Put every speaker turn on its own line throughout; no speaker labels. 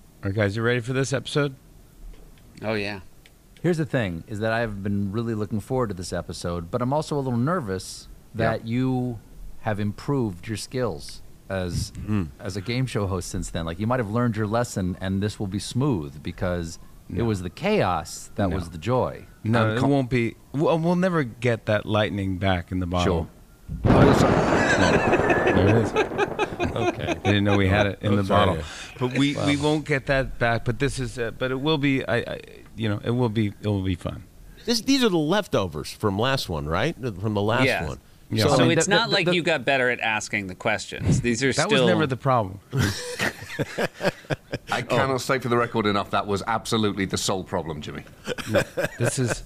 All right, guys, you ready for this episode?
Oh yeah.
Here's the thing: is that I've been really looking forward to this episode, but I'm also a little nervous that you have improved your skills as
Mm-hmm.
as a game show host since then. Like you might have learned your lesson, and this will be smooth because it was the chaos that was the joy.
No,
I'm
Uh, it
com-
won't be. We'll, we'll never get that lightning back in the bottle.
Sure.
Oh,
There it is.
Okay.
I didn't know we had it in
Oh,
the
sorry.
bottle, but we, we won't get that back. But this is, uh, but it will be. I, I, you know, it will be. It will be fun.
This, these are the leftovers from last one, right? From the last
Yeah.
one.
Yeah.
So
I mean,
it's
the-
not
the-
like
the-
you got better at asking the questions. These are
That
still
was never the problem.
I
Oh.
cannot say for the record enough that was absolutely the sole problem, Jimmy.
This is.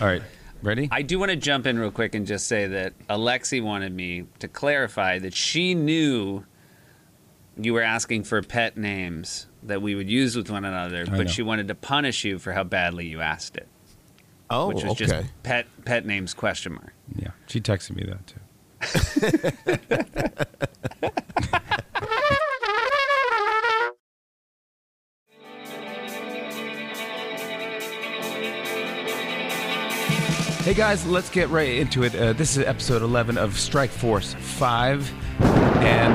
All right, ready?
I do want to jump in real quick and just say that Alexi wanted me to clarify that she knew you were asking for pet names that we would use with one another,
know.
but she wanted to punish you for how badly you asked it,
Oh,
which was
okay.
just pet pet names question mark.
yeah, she texted me that too. Hey guys, let's get right into it. Uh, this is episode 11 of Strike Force 5, and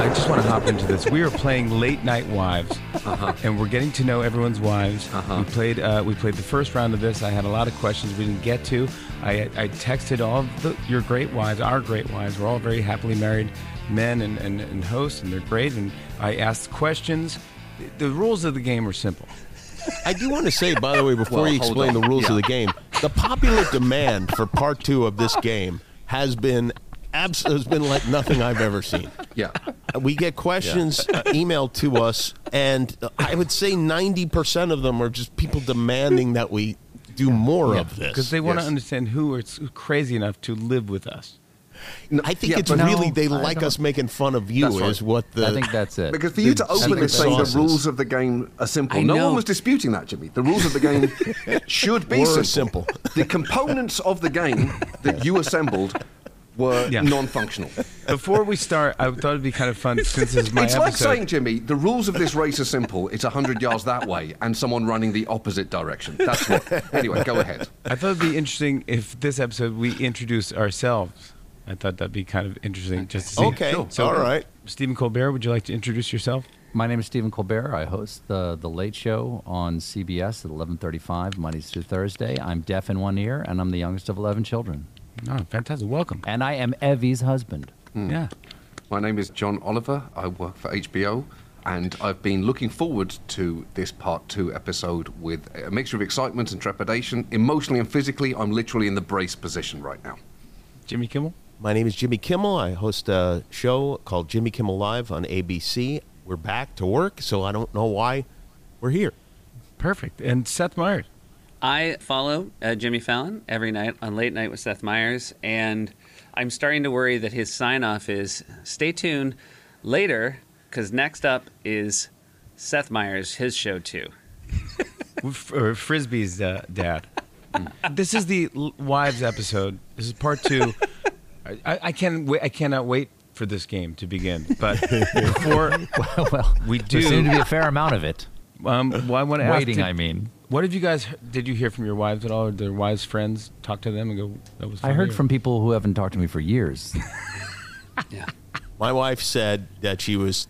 I just want to hop into this. We are playing Late Night Wives,
Uh-huh.
and we're getting to know everyone's wives. We played uh, we played the first round of this. I had a lot of questions we didn't get to. I, I texted all of the, your great wives, our great wives. We're all very happily married men and, and, and hosts, and they're great. And I asked questions. The the rules of the game are simple.
I do want to say, by the way, before
Well,
you
hold
explain
on.
the rules
Yeah.
of the game, the popular demand for part two of this game has been abs- has been like nothing I've ever seen. Uh,
Yeah.
We get questions uh, emailed to us, and uh, I would say ninety percent of them are just people demanding that we do more of
Because
this.
they want to
Yes.
understand who is crazy enough to live with us.
No,
I think
yeah,
it's
but-
really they
I
like
don't-
us making fun of you
That's right.
is what the
I think that's it.
Because for you
The
to open
secret
and say the
sauces.
rules of the game are
I
simple, no
know.
one was disputing that, Jimmy. The rules of the game should be
Were
simple.
simple.
The components of the game that you assembled were
Yeah.
non-functional.
Before we start, I thought it'd be kind of fun since this is my
it's
episode.
like saying, Jimmy, the rules of this race are simple. It's 100 yards that way and someone running the opposite direction. That's what. Anyway, go ahead.
I thought it'd be interesting if this episode we introduce ourselves. I thought that'd be kind of interesting just to see.
Okay, Sure. all right.
Stephen Colbert, would you like to introduce yourself?
My name is Stephen Colbert. I host the the Late Show on CBS at 11:35 Mondays through Thursday. I'm deaf in one ear, and I'm the youngest of 11 children.
No, fantastic. Welcome.
And I am Evie's husband.
Yeah.
My name is John Oliver. I work for HBO, and I've been looking forward to this part two episode with a mixture of excitement and trepidation. Emotionally and physically, I'm literally in the brace position right now.
Jimmy Kimmel?
My name is Jimmy Kimmel. I host a show called Jimmy Kimmel Live on ABC. We're back to work, so I don't know why we're here.
Perfect. And Seth Meyers.
I follow uh, Jimmy Fallon every night on Late Night with Seth Meyers, and I'm starting to worry that his sign off is stay tuned later, because next up is Seth Meyers, his show too.
F- or Frisbee's uh, dad. this is the l- wives episode. This is part two. I, I, I can wait. I cannot wait for this game to begin. But before
well,
we
There seemed to
do,
be a fair amount of it.
um, well, I want to ask.
Waiting,
did-
I mean.
What have you guys? Did you hear from your wives at all, or their wives' friends? Talk to them and go. That was.
I
funny,"
heard
or-
from people who haven't talked to me for years.
Yeah.
My wife said that she was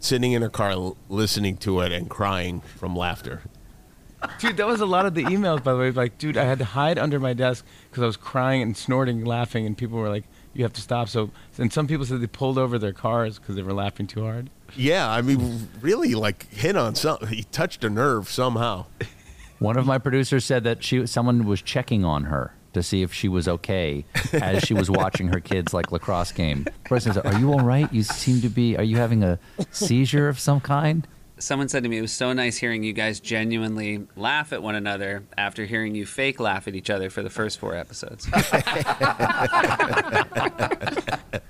sitting in her car l- listening to it and crying from laughter.
Dude, that was a lot of the emails, by the way. Like, dude, I had to hide under my desk because I was crying and snorting, laughing, and people were like, "You have to stop." So, and some people said they pulled over their cars because they were laughing too hard.
Yeah, I mean, really, like hit on something. He touched a nerve somehow.
One of my producers said that she someone was checking on her to see if she was okay as she was watching her kids like lacrosse game. The person said, "Are you all right? You seem to be. Are you having a seizure of some kind?"
Someone said to me, it was so nice hearing you guys genuinely laugh at one another after hearing you fake laugh at each other for the first four episodes.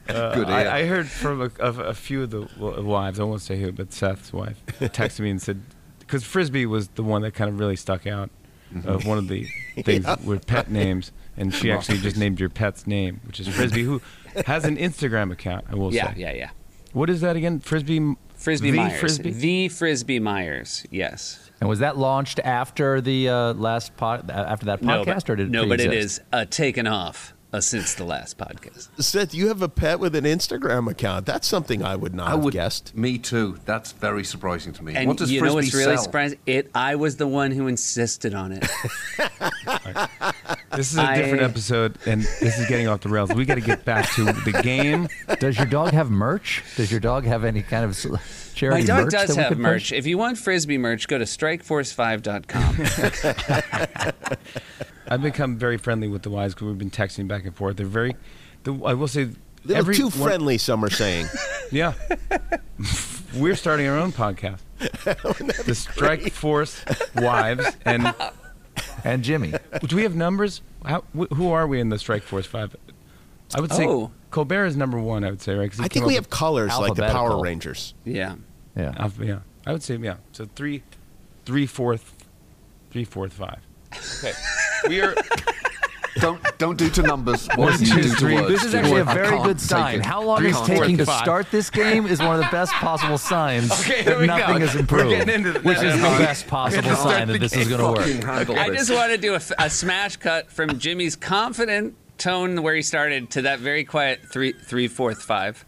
Uh,
Good. ear.
I, I heard from a, of a few of the w- wives. I won't say who, but Seth's wife texted me and said, because Frisbee was the one that kind of really stuck out of one of the things with pet names, and she actually just named your pet's name, which is Frisbee, who has an Instagram account. I will
yeah,
say.
yeah, yeah.
What is that again? Frisbee m-
Frisbee
The
Myers.
Frisbee?
The Frisbee Myers. Yes.
And was that launched after the uh, last pod, after that podcast, or did it
no, but it
pre-exist?
is uh, taken off uh, since the last podcast.
Seth, you have a pet with an Instagram account. That's something I would not
I would
have guessed.
Me too. That's very surprising to me.
And
what does
you
Frisbee
know what's really
sell?
surprising? It. I was the one who insisted on it.
This is a
I-
different episode, and this is getting off the rails. We got to get back to the game.
Does your dog have merch? Does your dog have any kind of s-
My
charity
dog
merch
does
that we
have
could
merch.
purchase?
If you want Frisbee merch, go to strikeforce5.com.
I've become very friendly with the wives because we've been texting back and forth. They're very, the, I will say,
They're
every
too
one-
friendly, some are saying.
Yeah, we're starting our own podcast, the Strike Force Wives. And
And Jimmy,
do we have numbers? How, wh- who are we in the Strike Force Five? I would say
Oh.
Colbert is number one. I would say right. 'Cause he
I
came
think we
up
have colors like the Power
Alphabetical.
Rangers.
yeah.
yeah.
with- alpha- yeah, I would say yeah. So three, three fourth, three fourth five. Okay, we are.
Don't don't do to numbers. What
One,
you
two,
do to
three.
words.
This
This is actually a
I
very
can't
good
take
sign.
it.
How long
Three,
it's
four,
taking to
five.
start this game is one of the best possible signs
Okay, here
that
we go.
nothing has
We're
improved,
getting into the-
which is the
We're gonna
best possible
start
sign
the
that this is
game.
going to work.
Fucking handle
I
this.
just want to do a, f- a smash cut from Jimmy's confident tone where he started to that very quiet three three fourth five.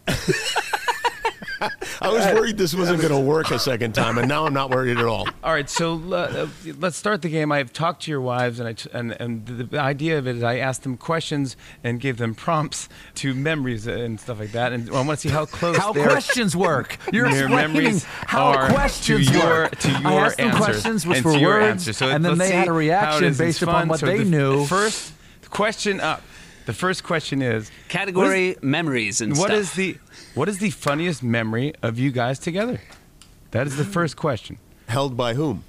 I was worried this wasn't going to work a second time, and now I'm not worried at all.
All right, so uh, uh, let's start the game. I have talked to your wives, and I t- and and the the idea of it is I asked them questions and gave them prompts to memories and stuff like that, and I want to see how close
How
their,
questions work. You're
their
explaining
memories are
how questions
to your
work.
to your
I asked them
answers
questions which
and
were
to your
words,
answers. So
and then
let's
they had
see
a
how it
reaction
is. It's
based upon
fun.
what
So
they
the
knew.
First question up. The first question is
Category memories and
What
stuff.
is the what is the funniest memory of you guys together? That is the first question.
Held by whom?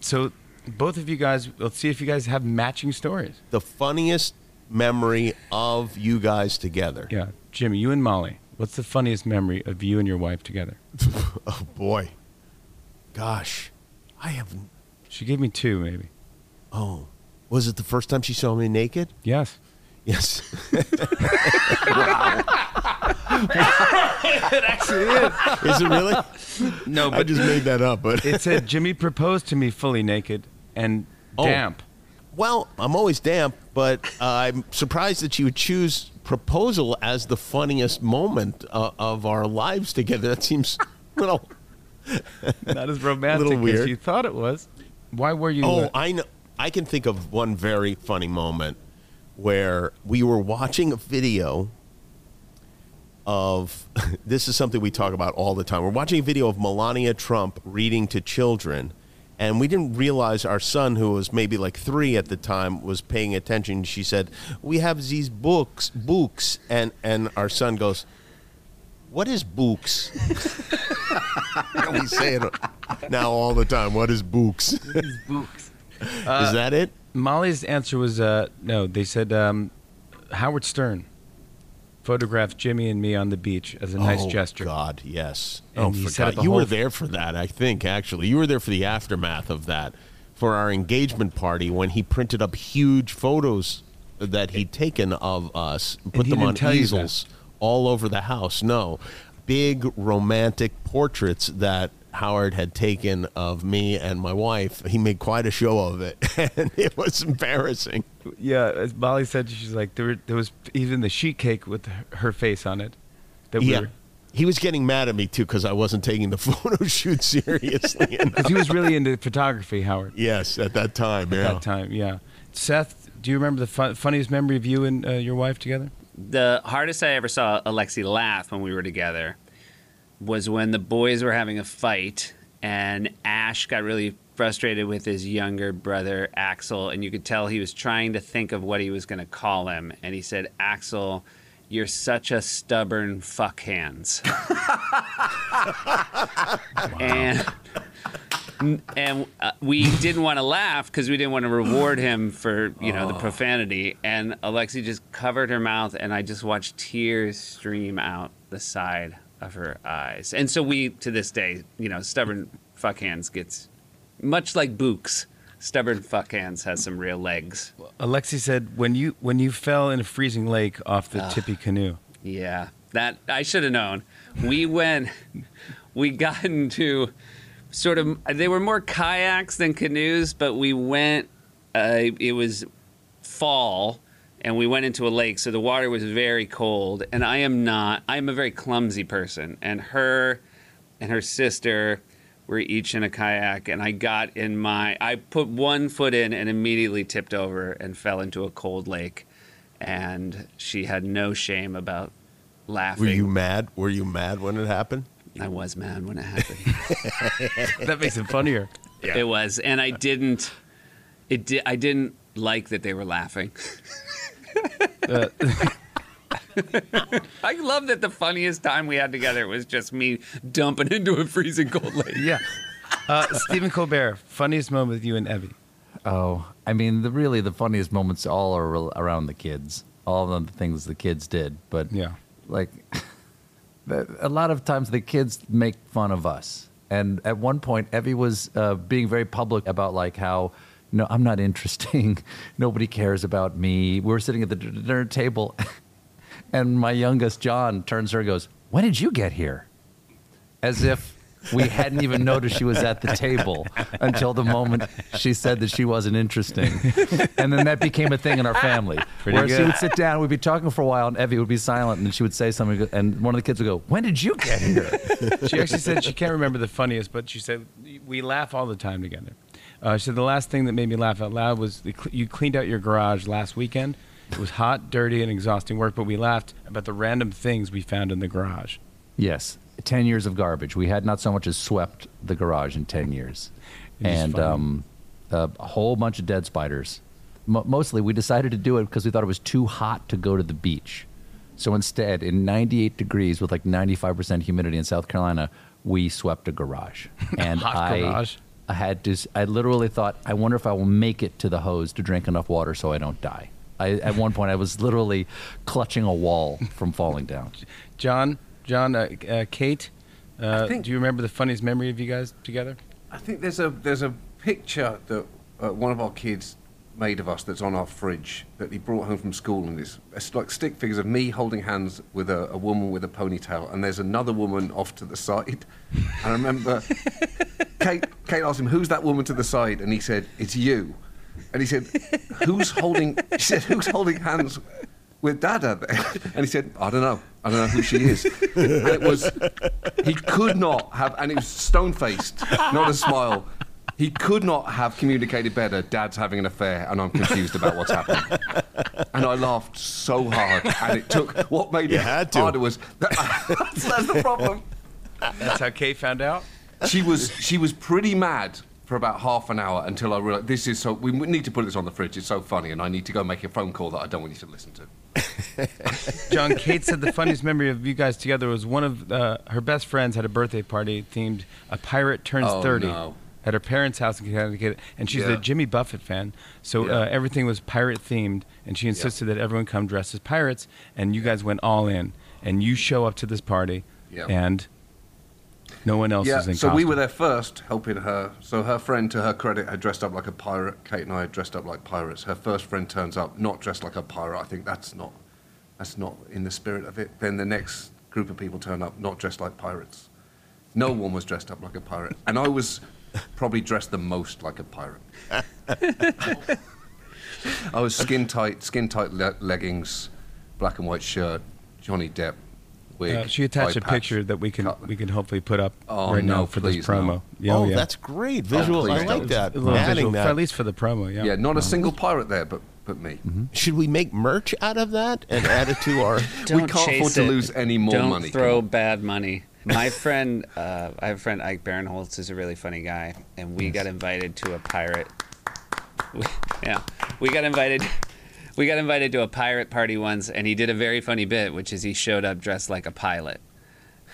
So both of you guys, let's see if you guys have matching stories.
The funniest memory of you guys together.
Yeah, Jimmy, you and Molly. What's the funniest memory of you and your wife together?
Oh, boy. Gosh. I have.
She gave me two, maybe.
Oh. Was it the first time she saw me naked?
Yes.
Yes.
It actually is.
Is it really?
No,
I
but
just made that up, but
it said Jimmy proposed to me fully naked and
Oh.
damp.
Well, I'm always damp, but uh, I'm surprised that you would choose proposal as the funniest moment uh, of our lives together. That seems a little.
Not as romantic
Little
as
weird.
you thought it was. Why were you?
Oh, I know. I can think of one very funny moment where we were watching a video of. This is something we talk about all the time. We're watching a video of Melania Trump reading to children, and we didn't realize our son, who was maybe like three at the time, was paying attention. She said, "We have these books, books," and and our son goes. What is books? we say it now all the time. What is books?
Uh,
is that it?
Molly's answer was uh, no. They said um, Howard Stern photographed Jimmy and me on the beach as a nice
oh,
gesture.
God, yes.
And
oh,
he
forgot.
set up a
you
whole-
were there for that, I think. Actually, you were there for the aftermath of that, for our engagement party when he printed up huge photos that he'd taken of us, and put
he
them
didn't
on
tell you
easels all over the house. No, big romantic portraits that. Howard had taken of me and my wife. He made quite a show of it, and it was embarrassing.
Yeah, as Molly said, she's like there. Were, there was even the sheet cake with her- her face on it. That we
yeah.
were,
He was getting mad at me too because I wasn't taking the photo shoot seriously enough.
Because he was really into photography, Howard,
Yes, at that time. Yeah.
at that time. Yeah. Seth, do you remember the fun- funniest memory of you and uh, your wife together?
the hardest I ever saw Alexi laugh when we were together was when the boys were having a fight and Ash got really frustrated with his younger brother Axel and you could tell he was trying to think of what he was going to call him and he said Axel you're such a stubborn fuck hands. And and uh, we didn't want to laugh because we didn't want to reward him for you know the profanity and alexi just covered her mouth and i just watched tears stream out the side of her eyes and so we to this day you know stubborn fuck hands gets much like books stubborn fuck hands has some real legs
Alexi said when you when you fell in a freezing lake off the tippy canoe.
Yeah, that I should have known. We went. we got into sort of they were more kayaks than canoes, but we went. Uh, it was fall, and we went into a lake, so the water was very cold. And I am not. I am a very clumsy person, and her and her sister were each in a kayak, and I got in my. I put one foot in and immediately tipped over and fell into a cold lake, and she had no shame about laughing.
Were you mad? Were you mad when it happened?
I was mad when it happened.
that makes it funnier.
It was, and I didn't. It di- I didn't like that they were laughing. I love that the funniest time we had together was just me dumping into a freezing cold lake.
Yeah. Uh, Stephen Colbert, funniest moment with you and Evie.
Oh, I mean, the really the funniest moments all are rel- around the kids. All of the things the kids did, but
Yeah.
like the- a lot of times the kids make fun of us. And at one point, Evie was uh, being very public about like how. No, I'm not interesting. Nobody cares about me. We were sitting at the d- dinner table, and my youngest John turns to her and goes, "When did you get here?" as if we hadn't even noticed she was at the table until the moment she said that she wasn't interesting. And then that became a thing in our family. where she
good.
would sit down, we'd be talking for a while, and Evie would be silent, and then she would say something, and one of the kids would go, When did you get here?
She actually said she can't remember the funniest, but she said we laugh all the time together. Uh, she said the last thing that made me laugh out loud was the cl- you cleaned out your garage last weekend. It was hot, dirty, and exhausting work, but we laughed about the random things we found in the garage.
Yes, 10 years of garbage. We had not so much as swept the garage in 10 years.
It is
and
funny.
um, a whole bunch of dead spiders. Mo mostly, we decided to do it because we thought it was too hot to go to the beach. So instead, in 98 degrees with like 95% humidity in South Carolina, we swept a garage. And
Hot
I,
garage.
I had to, s- I literally thought, I wonder if I will make it to the hose to drink enough water so I don't die. I, at one point, I was literally clutching a wall from falling down.
John, John, uh, uh, Kate, uh,
think-
do you remember the funniest memory of you guys together?
I think there's a there's a picture that uh, one of our kids made of us that's on our fridge that he brought home from school, and it's, it's like stick figures of me holding hands with a, a woman with a ponytail, and there's another woman off to the side. And I remember Kate Kate asked him, "Who's that woman to the side?" And he said, "It's you." And he said, "Who's holding?" She said, "Who's holding hands?" With Dada there, and he said, "I don't know, I don't know who she is." And it was he could not have, and he was stone faced, not a smile. He could not have communicated better. Dad's having an affair, and I'm confused about what's happening. And I laughed so hard, and it took what made
You
it
had to.
harder was that's, that's the problem.
That's how Kate found out.
She was she was pretty mad for about half an hour until I realized this is so. We need to put this on the fridge. It's so funny, and I need to go make a phone call that I don't want you to listen to.
John Kate said the funniest memory of you guys together was one of uh, her best friends had a birthday party themed "A Pirate Turns
Oh,
30
no.
at her parents' house in Connecticut, and she's
Yeah.
a Jimmy Buffett fan, so
Yeah.
uh, everything was pirate themed, and she insisted that everyone come dressed as pirates, and you guys went all in, and you show up to this party,
Yeah.
and no one else
Yeah,
is in
so we
costume.
were there first, helping her. So her friend, to her credit, had dressed up like a pirate. Kate and I had dressed up like pirates. Her first friend turns up not dressed like a pirate. I think that's not that's not in the spirit of it. Then the next group of people turn up not dressed like pirates. No one was dressed up like a pirate, and I was probably dressed the most like a pirate. I was skin tight, skin tight le- leggings, black and white shirt, Johnny Depp wig.
Uh, she attached
eye
a
patch.
picture that we can
Cut-
we can hopefully put up
Oh,
right
no,
now for this
please, no.
promo. Yeah,
oh,
yeah.
that's great visual.
please
I like
don't.
that.
a little
Adding
visual,
that.
at least for the promo.
Yeah, not a single pirate there, but but me.
Should we make merch out of that and add it to our?
We can't afford to lose any more
Don't
money.
throw bad money. My friend, uh, I have a friend Ike Barinholtz is a really funny guy, and we got invited to a pirate. We, yeah, we got invited. We got invited to a pirate party once, and he did a very funny bit, which is he showed up dressed like a pilot,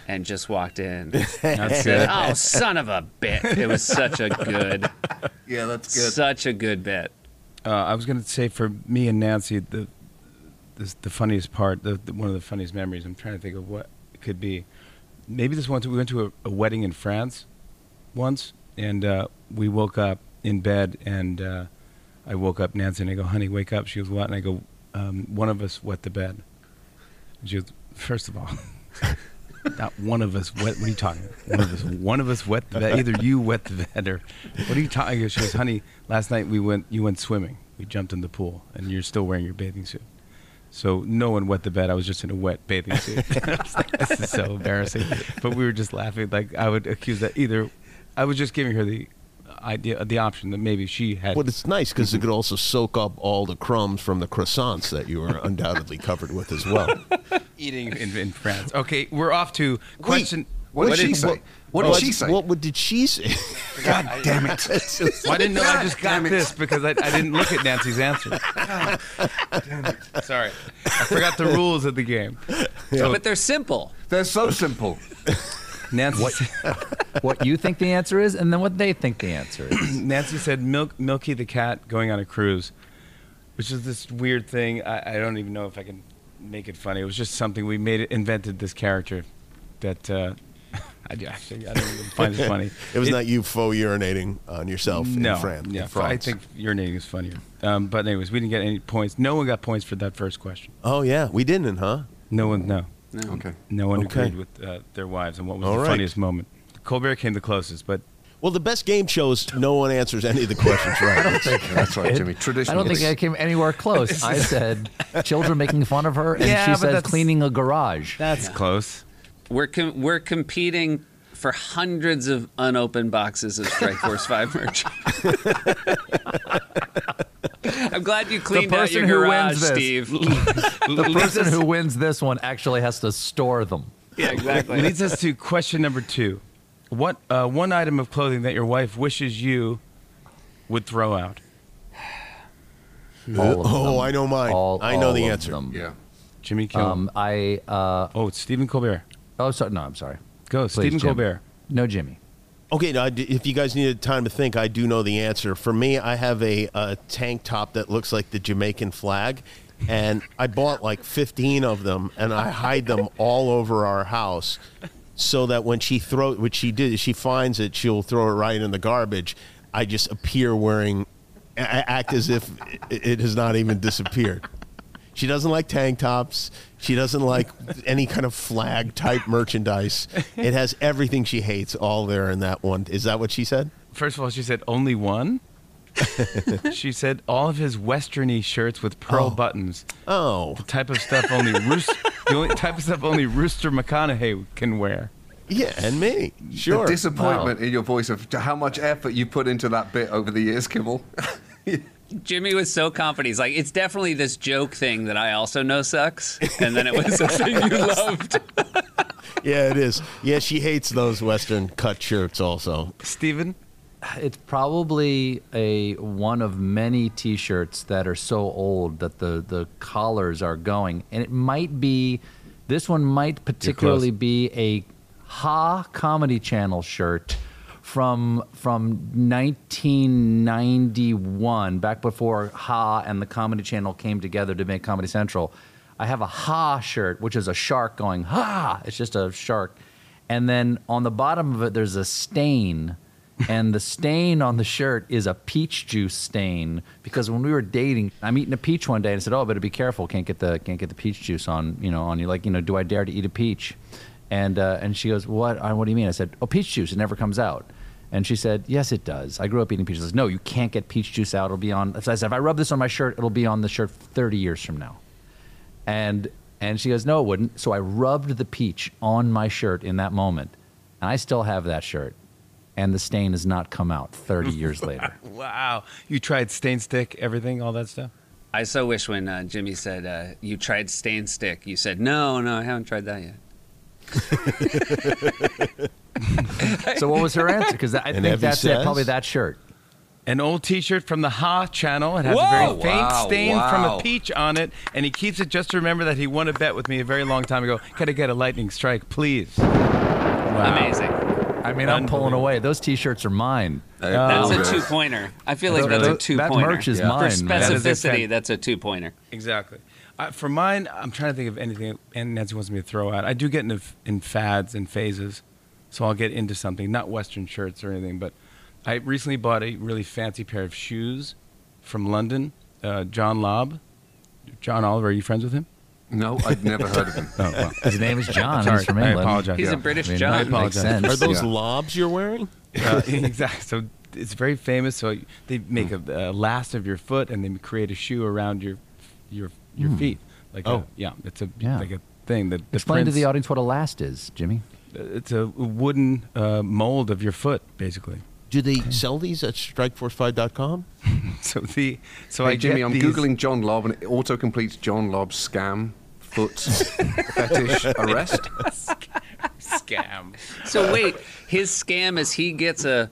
and just walked in.
that's
Said,
it.
oh, son of a bitch! It was such a good,
Yeah, that's
such a good bit.
Uh, I was going to say for me and Nancy, the this, the funniest part, the, the- one of the funniest memories. I'm trying to think of what it could be. Maybe this one. We went to a, a wedding in France once, and uh, we woke up in bed, and uh, I woke up Nancy, and I go, "Honey, wake up." She goes, "What?" And I go, um, "One of us wet the bed." And she goes, first of all." Not, not one of us wet. What are you talking? About? One of us. One of us wet the vet. Either you wet the vet or what are you talking? She goes, honey, last night we went. You went swimming. We jumped in the pool, and you're still wearing your bathing suit. So no one wet the bed. I was just in a wet bathing suit. I was like, this is so embarrassing. But we were just laughing. Like I would accuse that either. I was just giving her the idea, the option that maybe she had.
Well, it's nice because it could also soak up all the crumbs from the croissants that you were undoubtedly covered with as well.
eating in, in France. Okay, we're off to question.
What,
What
did she
did-
say?
what-
What did she say?
Oh, What, what did she say?
God damn it!
Well, I didn't know. I just got
God damn it.
this because I, I didn't look at Nancy's answer. Sorry, I forgot the rules of the game. So
But they're simple.
They're so simple.
Nancy,
what you think the answer is, and then what they think the answer is.
Nancy said Milk, Milky the cat going on a cruise, which is this weird thing. I, I don't even know if I can make it funny. It was just something we made. It, invented this character that uh, I do- actually I don't even find it funny.
It was not you faux urinating on yourself
no,
in France.
No,
in France.
I think urinating is funnier. Um, but anyways, we didn't get any points. No one got points for that first question.
Oh yeah, we didn't, huh?
No one, no.
Okay.
No one
Okay.
agreed with uh, their wives and what was
All
the
right.
funniest moment. Colbert came the closest, but
Well, the best game shows no one answers any of the questions right.
That's right, Jimmy.
I
Traditional.
don't think I came anywhere close. I said children making fun of her, and
Yeah,
she
but
said
that's-
cleaning a garage.
that's close.
We're com- we're competing for hundreds of unopened boxes of Strike Force Five merch. I'm glad you cleaned out your
person who
garage,
wins this.
Steve.
the person who wins this one actually has to store them.
yeah, exactly.
Leads us to question number two: What uh, one item of clothing that your wife wishes you would throw out?
All of
oh,
them.
I know mine.
All-
I know
all
the
of
answer.
them.
Yeah.
Jimmy Kimmel.
Um, I uh,
oh, it's Stephen Colbert.
oh sorry no I'm sorry.
Go,
Please,
Stephen
Jim.
Colbert.
No Jimmy.
Okay, now, d- if you guys needed time to think, I do know the answer. For me, I have a, a tank top that looks like the Jamaican flag, and I bought like 15 of them, and I hide them all over our house so that when she throws, which she did, she finds it, she'll throw it right in the garbage. I just appear wearing, a- a- act as if it, it has not even disappeared. She doesn't like tank tops. She doesn't like any kind of flag type merchandise. It has everything she hates all there in that one. Is that what she said?
First of all, she said only one. she said all of his westerny shirts with pearl
Oh.
buttons,
Oh,
type of stuff only Rooster, the only type of stuff only Rooster McConaughey can wear.
yeah, and me. Sure.
The disappointment in your voice of how much effort you put into that bit over the years, Kimmel.
Jimmy was so confident. He's like, it's definitely this joke thing that I also know sucks. And then it was the thing you loved.
yeah, it is. Yeah, she hates those Western cut shirts also.
Stephen,
It's probably a one of many T-shirts that are so old that the the collars are going, and it might be this one might particularly be a Ha Comedy Channel shirt from from 1991, back before Ha and the Comedy Channel came together to make Comedy Central. I have a Ha shirt, which is a shark going Ha. It's just a shark, and then on the bottom of it, there's a stain and the stain on the shirt is a peach juice stain because when we were dating, I'm eating a peach one day and I said, "Oh, I better be careful. Can't get the can't get the peach juice on you know on you. Like you know, do I dare to eat a peach?" And uh, and she goes, "What? I, what do you mean?" I said, "Oh, peach juice. It never comes out." And she said, "Yes, it does. I grew up eating peaches." I said, no, you can't get peach juice out. It'll be on. So I said, if I rub this on my shirt, it'll be on the shirt 30 years from now and and she goes no it wouldn't so i rubbed the peach on my shirt in that moment and i still have that shirt and the stain has not come out 30 years later
wow, you tried stain stick, everything, all that stuff.
I so wish when uh, Jimmy said, uh, you tried stain stick, you said, no, no, I haven't tried that yet.
so what was her answer because i think
Evie
that's it
says?
probably that shirt
an old T-shirt from the Ha channel. It has a
Whoa!
very faint
Wow,
stain from
wow.
a peach on it, and he keeps it just to remember that he won a bet with me a very long time ago. Gotta get a lightning strike, please.
Amazing.
i mean i'm pulling
Unbelievable.
away those t-shirts are mine
That's
Okay.
a two pointer. I feel like
Oh, That-
that's a
that-
two
that
pointer.
merch is
Yeah.
For
mine man.
That is
specificity,
expensive.
that's a two pointer.
Exactly. Uh, for mine, I'm trying to think of anything, and Nancy wants me to throw out. I do get into f- in fads and phases, so I'll get into something. Not Western shirts or anything, but I recently bought a really fancy pair of shoes from London. Uh, John Lobb, John Oliver. Are you friends with him?
No, I'd never heard of him.
Oh, well. His name is John.
Sorry,
he's from
I
England.
apologize.
He's
Yeah.
a British
I mean,
John.
it makes sense.
Are those
Yeah.
lobs you're wearing?
Uh, exactly. So it's very famous. So they make
Hmm.
a, a last of your foot, and they create a shoe around your your your feet. Like
Oh.
a, yeah, it's a
Hmm. Yeah.
like a thing that the
Explain to
prince-
the audience what a last is, Jimmy.
It's a wooden uh, mold of your foot, basically.
Do they sell these at StrikeForce5.com?
So the so I
Hey, Jimmy,
get
I'm
these-
Googling John Lobb and it auto completes John Lobb scam, foot, fetish, arrest.
scam.
So wait, his scam is he gets a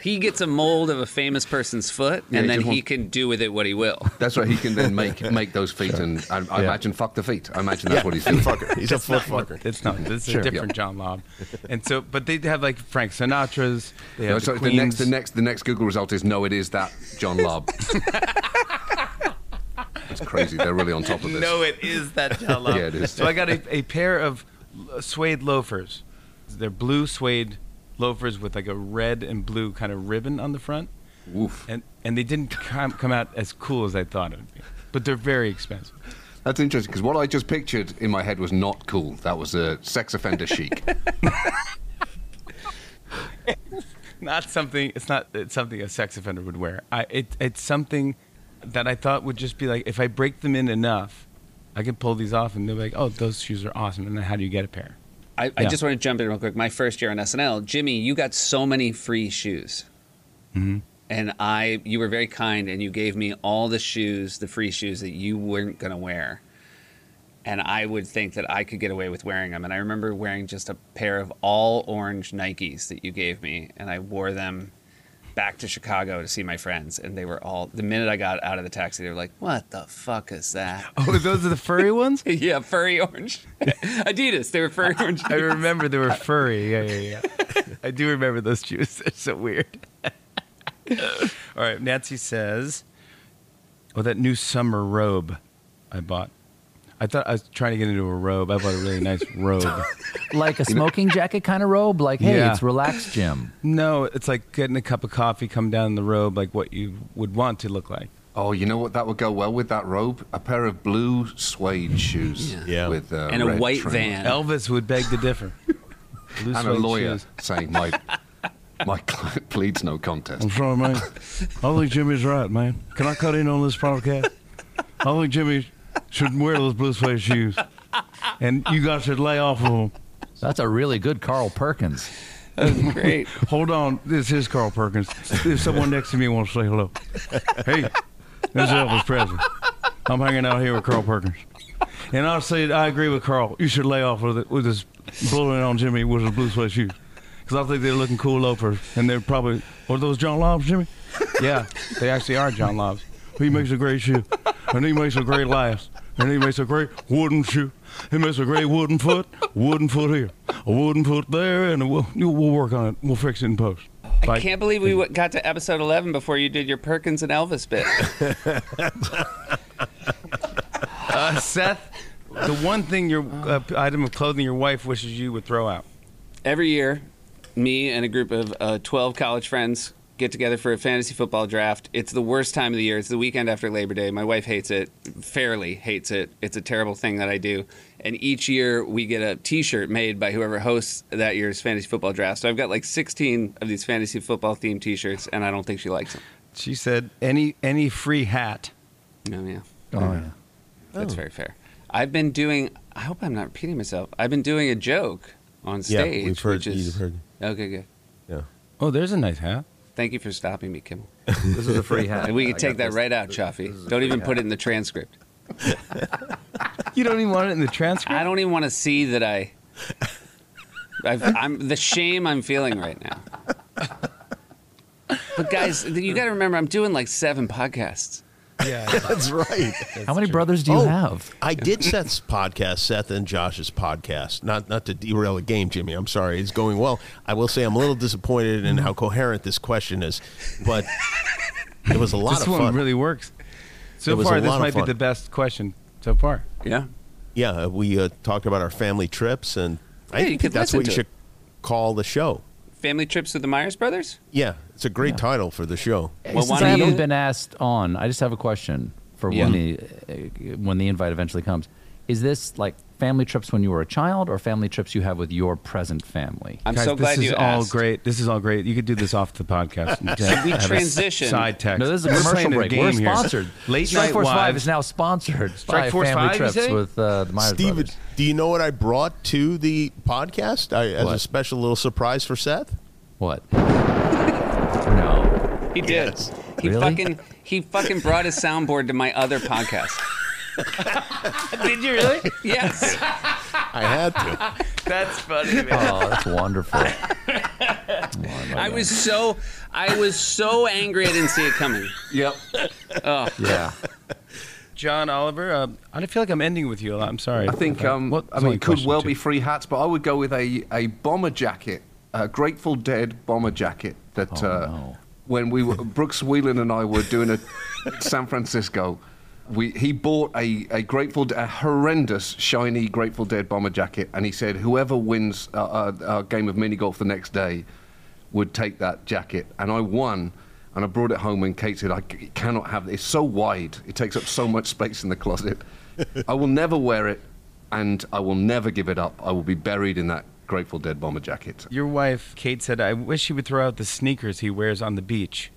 he gets a mold of a famous person's foot,
Yeah,
and
he
then
just
he
wants-
can do with it what he will.
That's right. He can then make make those feet, and I, I
Yeah.
imagine fuck the feet. I imagine that's what he's doing.
fucker. He's a foot fucker.
It's not. This is
Sure.
a different John Lobb. And so, but they have like Frank Sinatra's. They have
No, so
the
the next,
Queens.
the next, the next Google result is no. It is that John Lobb. It's crazy. They're really on top of this.
No, it is that John Lobb.
Yeah, it is.
So I got a, a pair of l- suede loafers. They're blue suede loafers with like a red and blue kind of ribbon on the front,
Woof.
and and they didn't come, come out as cool as I thought it would be. But they're very expensive.
That's interesting because what I just pictured in my head was not cool. That was a sex offender chic.
Not something. It's not it's something a sex offender would wear. I, it, it's something that I thought would just be like if I break them in enough, I could pull these off, and they'll be like, "Oh, those shoes are awesome." And then how do you get a pair?
I, I
Yeah.
just want to jump in real quick. My first year on SNL, Jimmy, you got so many free shoes, and I you were very kind, and you gave me all the shoes, the free shoes that you weren't going to wear. And I would think that I could get away with wearing them. And I remember wearing just a pair of all orange Nikes that you gave me, and I wore them back to Chicago to see my friends. And they were all the minute I got out of the taxi, they were like, "What the fuck is that?"
Oh, those are the furry ones.
yeah, furry orange Adidas. They were furry orange.
I remember they were furry. Yeah, yeah, yeah. I do remember those shoes. They're so weird. All right, Nancy says, "Oh, that new summer robe I bought. I thought I was trying to get into a robe. I bought a really nice robe.
Like a smoking jacket kind of robe. Like, hey,
Yeah.
it's relaxed, Jim.
No, it's like getting a cup of coffee, come down the robe, like what you would want to look like.
Oh, you know what? That would go well with that robe. A pair of blue suede shoes.
Yeah.
Yeah.
With uh,
And a
red
white
trim.
van.
Elvis would beg to differ. Blue
And a
suede
lawyer
shoes.
saying my my client pleads no contest.
I'm sorry, man. I think Jimmy's right, man. Can I cut in on this podcast? I think Jimmy should wear those blue suede shoes. And you guys should lay off of them.
That's a really good Carl Perkins.
Great.
Hold on. This is Carl Perkins. If someone next to me wants to say hello. Hey, this is Elvis Presley. I'm hanging out here with Carl Perkins. And I say I agree with Carl. You should lay off with, it, with this blowing on Jimmy with his blue suede shoes. Because I think they're looking cool loafers. And they're probably, are those John Lobbs, Jimmy?
Yeah, they actually are John Loves.
He makes a great shoe, and he makes a great last, and he makes a great wooden shoe. He makes a great wooden foot, wooden foot here, a wooden foot there, and we'll, we'll work on it. We'll fix it in post.
I can't believe we w- got to episode 11 before you did your Perkins and Elvis bit.
Uh, Seth, the one thing your uh, item of clothing your wife wishes you would throw out.
Every year, me and a group of uh, 12 college friends get together for a fantasy football draft. It's the worst time of the year. It's the weekend after Labor Day. My wife hates it, fairly hates it. It's a terrible thing that I do. And each year, we get a t shirt made by whoever hosts that year's fantasy football draft. So I've got like 16 of these fantasy football themed t shirts, and I don't think she likes them.
She said, "Any any free hat."
Oh, yeah.
Oh, yeah.
That's
Oh.
very fair. I've been doing. I hope I'm not repeating myself. I've been doing a joke on
Yeah,
stage.
we've heard-
Which is,
you've heard.
Okay, good.
Yeah.
Oh, there's a nice hat.
Thank you for stopping me, Kimmel.
This is a free hat.
And we
I
can take
got
that
this.
right out, Chaffee. Don't even put it in the transcript.
You don't even want it in the transcript.
I don't even want to see that I. I've, I'm the shame I'm feeling right now. But guys, you got to remember, I'm doing like seven podcasts.
That's right.
How many brothers do you
Oh.
have?
I did Seth's podcast, Seth and Josh's podcast. Not not to derail the game, Jimmy. I'm sorry. It's going well. I will say I'm a little disappointed in how coherent this question is, but it was a lot
This
of
one
fun.
really works.
It
So
was a
far, this
lot of
might be
fun.
the best question so far.
Yeah.
yeah, we uh, talked about our family trips, and I
Yeah, you
think
could
that's
listen
what you
to
should call the show.
Family trips with the Myers brothers.
Yeah, it's a great title for the show.
Well, why
Since I
don't
haven't
you-
been asked on, I just have a question for
Yeah.
when the uh, when the invite eventually comes. Is this like family trips when you were a child, or family trips you have with your present family?
I'm
Guys,
so glad
this
you
is all
asked.
great. This is all great. You could do this off the podcast. and
Should we
have a
transition?
Side text.
No, this is a
We're
commercial
playing
break.
game
We're
here.
sponsored.
Late
Strike
night
Force Five
wives.
is now sponsored
Strike
by
Force
Family
5, you
Trips
say?
with uh, the Myers
Steve,
brothers.
do you know what I brought to the podcast I, as a
What?
special little surprise for Seth?
What? no.
He did.
Yes.
He
Really?
fucking he fucking brought his soundboard to my other podcast.
Did you really?
Yes.
I had to.
That's funny, man.
oh, that's wonderful.
I was so I was so angry I didn't see it coming.
Yep.
Yeah.
John Oliver, uh, I don't feel like I'm ending with you a lot. I'm sorry.
I think.
Uh,
Um,
what-
I
there's
mean,
only
it could
question
well
two.
be free hats, but I would go with a, a bomber jacket, a Grateful Dead bomber jacket that
Oh,
uh,
no.
when we were Brooks Wheelan and I were doing a San Francisco. We, he bought a, a grateful a horrendous shiny Grateful Dead bomber jacket, and he said whoever wins uh, our, our game of mini golf the next day would take that jacket. And I won, and I brought it home, and Kate said I c- cannot have it. It's so wide, it takes up so much space in the closet. I will never wear it, and I will never give it up. I will be buried in that Grateful Dead bomber jacket.
Your wife, Kate, said, I wish he would throw out the sneakers he wears on the beach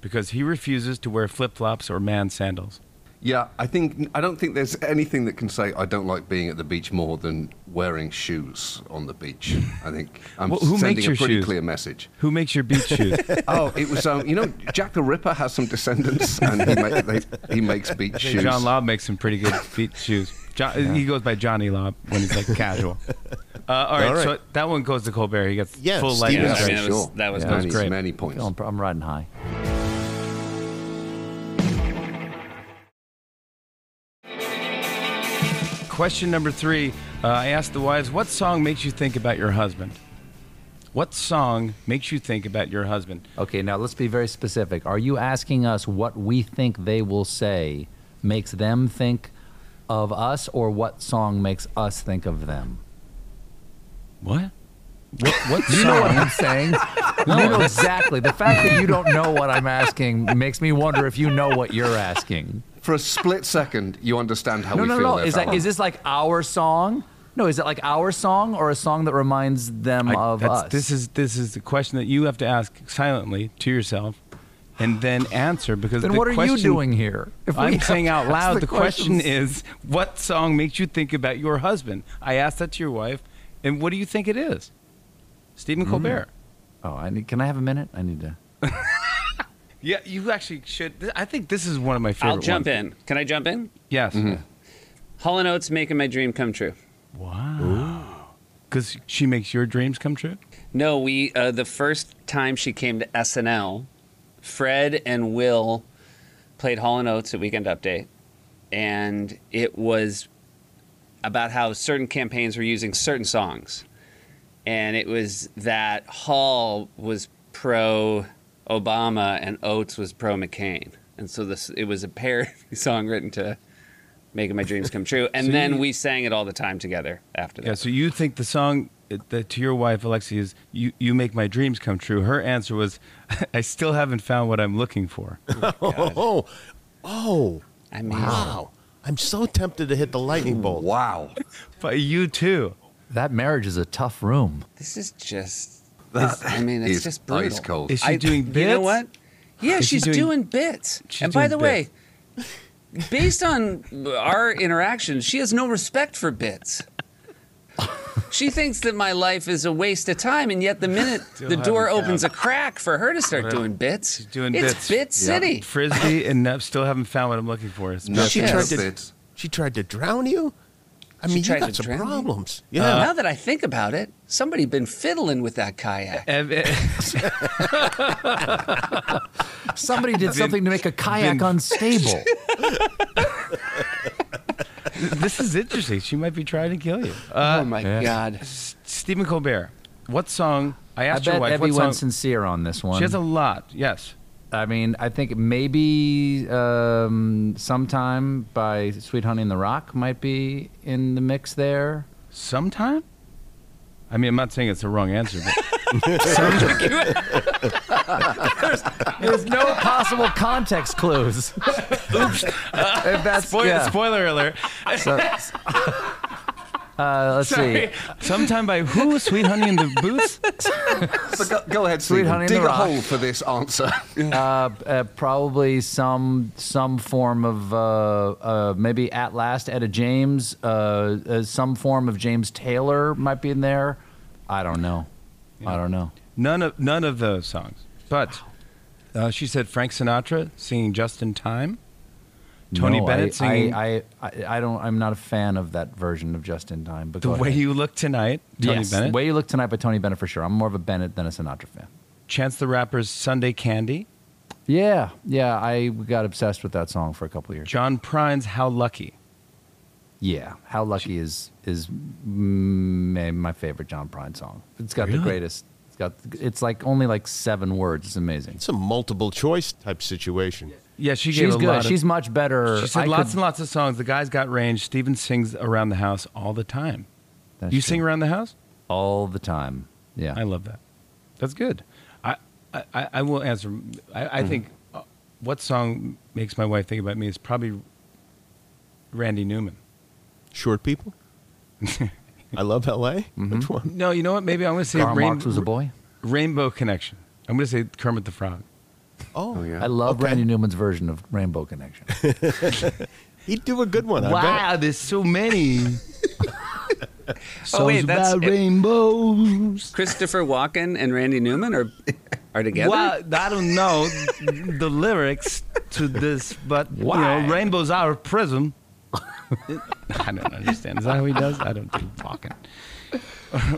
because he refuses to wear flip flops or man sandals.
Yeah, I think I don't think there's anything that can say I don't like being at the beach more than wearing shoes on the beach. I think I'm
Well, who makes
sending
your
a pretty
shoes?
clear message.
Who makes your beach shoes?
Oh, it was um, you know Jack the Ripper has some descendants, and he, ma- they, he makes beach shoes.
John Lobb makes some pretty good beach shoes. John, He goes by Johnny Lobb when he's like casual. Uh, all, right,
All right.
so that one goes to Colbert. He gets
Yeah,
full light.
Steve
Yeah,
is-
I mean,
Yeah,
that was,
sure.
that was
Yeah.
no-
many,
great.
many points.
Feeling pr- I'm riding high.
Question number three uh, I asked the wives, what song makes you think about your husband? What song makes you think about your husband?
Okay, now let's be very specific. Are you asking us what we think they will say makes them think of us, or what song makes us think of them?
What? What, what
You know what
song?
I'm saying? You know exactly. The fact that you don't know what I'm asking makes me wonder if you know what you're asking.
For a split second, you understand how
No,
we
no,
feel.
no.
there,
Is that
Fallon.
is this like our song? No, is it like our song or a song that reminds them
I-
of
that's-
us?
This is this is the question that you have to ask silently to yourself, and then answer because.
then
the
what are
question-
you doing here? If we
I'm
have
saying
to
out
ask
loud. The, question
questions?
is, what song makes you think about your husband? I asked that to your wife, and what do you think it is? Stephen
Mm-hmm.
Colbert.
Oh, I need, can I have a minute? I need to.
Yeah, you actually should. th- I think this is one of my favorite.
I'll jump
ones.
in. Can I jump in?
Yes.
Mm-hmm.
Hall and Oates making my dream come true.
Wow. Because she makes your dreams come true.
No, we uh, the first time she came to SNL, Fred and Will played Hall and Oates at Weekend Update, and it was about how certain campaigns were using certain songs, and it was that Hall was pro Obama and Oates was pro McCain, and so this it was a parody song written to making my dreams come true, and then we sang it all the time together after that.
Yeah. So you think the song uh, that to your wife Alexi is "You You Make My Dreams Come True"? Her answer was, "I still haven't found what I'm looking for."
Oh, oh,
I mean,
wow. I'm so tempted to hit the lightning bolt.
Wow,
but you too.
That marriage is a tough room.
This is just.
That
this- I mean, it's
is
just brutal.
ice cold.
Is she
I-
doing bits?
You know what? Yeah,
Is she
she's
doing-
doing, bits.
She's
and by the
doing
way, based on our interaction, she has no respect for bits. She thinks that my life is a waste of time, and yet the minute the
haven't
door
found-
opens a crack for her to start doing bits,
She's doing
it's
bits.
Bit City.
Frisbee and I still haven't found what I'm looking for. It's
nothing
she
but
tried to-
bits.
She tried to drown you. I mean, you
tried
got
to
some
drown you?
problems. Yeah.
now that I think about it, somebody been fiddling with that kayak.
Ev- eh,
Somebody did something to make a kayak
been-
unstable.
this is interesting. She might be trying to kill you. Uh,
oh my god!
Stephen Colbert. What song? I
I
asked your
bet
wife.
Evie
What song?
went sincere on this one.
she has a lot. Yes.
I mean, I think maybe um, sometime by Sweet Honey and the Rock might be in the mix there.
Sometime. I mean, I'm not saying it's the wrong answer, but
There's no possible context clues. Oops. if that's
spoiler,
yeah.
spoiler alert.
So- uh, let's see.
Sometime by who? Sweet Honey in the Boots?
But go, go ahead,
Sweet
Stephen.
honey in
Dig
the
a
rock.
hole for this answer.
Uh, uh, probably some some form of uh, uh, maybe at last Etta James. Uh, uh, some form of James Taylor might be in there. I don't know. I don't know.
None of none of those songs. But uh, she said Frank Sinatra singing "Just in Time." Tony
No,
Bennett
I,
singing
I, I, I, I don't. I'm not a fan of that version of Just in Time. But
"The
go
Way
ahead.
You Look Tonight." Tony
yes,
Bennett.
way you look tonight by Tony Bennett for sure. I'm more of a Bennett than a Sinatra fan.
Chance the Rapper's "Sunday Candy."
Yeah, yeah. I got obsessed with that song for a couple of years.
John Prine's "How Lucky."
Yeah, how lucky is is mm, my favorite John Prine song. It's got the greatest. It's got. It's like only like seven words. It's amazing.
It's a multiple choice type situation.
Yeah, she gave
She's
a
good.
lot. of-
She's much better.
she said
I
lots
could-
and lots of songs. The guy's got range. Steven sings around the house all the time.
That's
you
true.
sing around the house?
all the time. Yeah.
I love that. That's good. I I, I I will answer. I, I
Mm-hmm.
think uh, what song makes my wife think about me is probably Randy Newman.
Short people. I love L.A. Which one?
No, you know what? Maybe I'm going to say
Karl
Rain-
Marx was a boy.
Rainbow Connection. I'm going to say Kermit the Frog.
Oh,
yeah.
I love
Okay.
Randy Newman's version of Rainbow Connection.
he'd do a good one. I bet.
there's so many.
oh wait, that's it-
rainbows.
Christopher Walken and Randy Newman are are together.
Well, I don't know the lyrics to this, but
Why?
you know, rainbows are a prism.
I don't understand. Is that how he does? I don't do walking.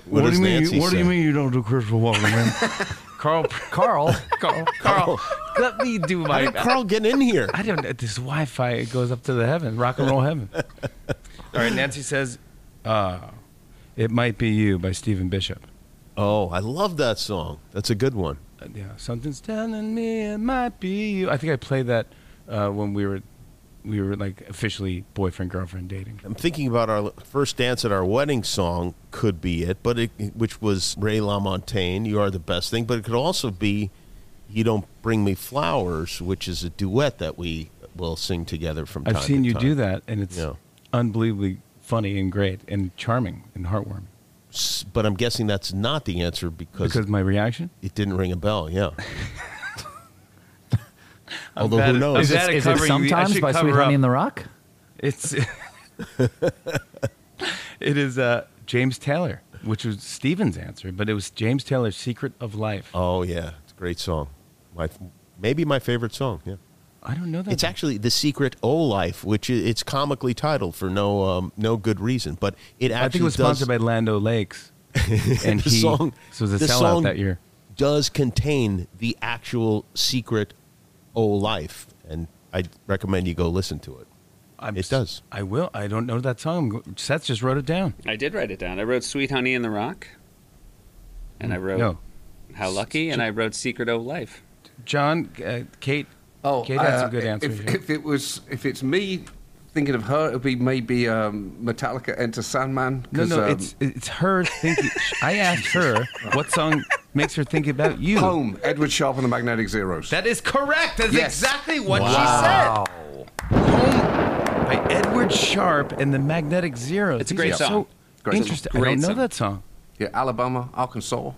What, does
do you mean?
Nancy
you, what do you
say?
mean you don't do Christopher Walken, man?
Carl,
Carl,
Carl, Carl. let me do
How
my.
did Carl get in here?
I don't know. This Wi Fi it goes up to the heaven, rock and roll heaven. All right, Nancy says, uh, It Might Be You by Stephen Bishop.
Oh, I love that song. That's a good one.
Uh, yeah, something's telling me it might be you. I think I played that uh, when we were. We were like officially boyfriend girlfriend dating.
I'm thinking about our first dance at our wedding song could be it, but it, which was Ray LaMontagne, "You Are the Best Thing," but it could also be "You Don't Bring Me Flowers," which is a duet that we will sing together from.
I've
time
seen
to
you
time.
do that, and it's
Yeah.
unbelievably funny and great and charming and heartwarming.
S- but I'm guessing that's not the answer because,
Because my reaction?
it didn't ring a bell. Yeah. Although
bad
who
at-
knows?
I'm bad
is,
at
is it
covering the- I
sometimes
should
by Sweet
cover up.
Honey in the Rock?
It's it is uh, James Taylor, which was Steven's answer, but it was James Taylor's "Secret of Life."
Oh yeah, it's a great song. My maybe my favorite song. Yeah,
I don't know that.
it's actually the secret O Life, which i- it's comically titled for no um, no good reason, but it actually
I think it was
does,
sponsored by Lando Lakes, and
the
he
song.
so it was a
the
sellout
song
that year.
Does contain the actual secret O Life, and I recommend you go listen to it.
I'm
it
s-
does.
I will. I don't know that song. I'm go- Seth just wrote it down.
I did write it down. I wrote "Sweet Honey in the Rock," and I
Mm,
wrote
No,
"How Lucky," and I wrote "Secret O Life."
John, uh, Kate.
Oh,
Kate had
uh,
some good answers.
If,
here.
if it was, if it's me thinking of her, it'd be maybe um, Metallica Enter Sandman.
no,
'cause,
no,
um,
it's it's her thinking. I asked her what song makes her think about you.
Oh.
Home. Edward Sharpe and the Magnetic Zeros.
That is correct. That's
Yes.
exactly what she said. Home by Edward Sharpe and the Magnetic Zero.
It's a
These
great
are
song.
So
Great song.
interesting. I
Great
don't know
song.
that song.
yeah, Alabama, Arkansas.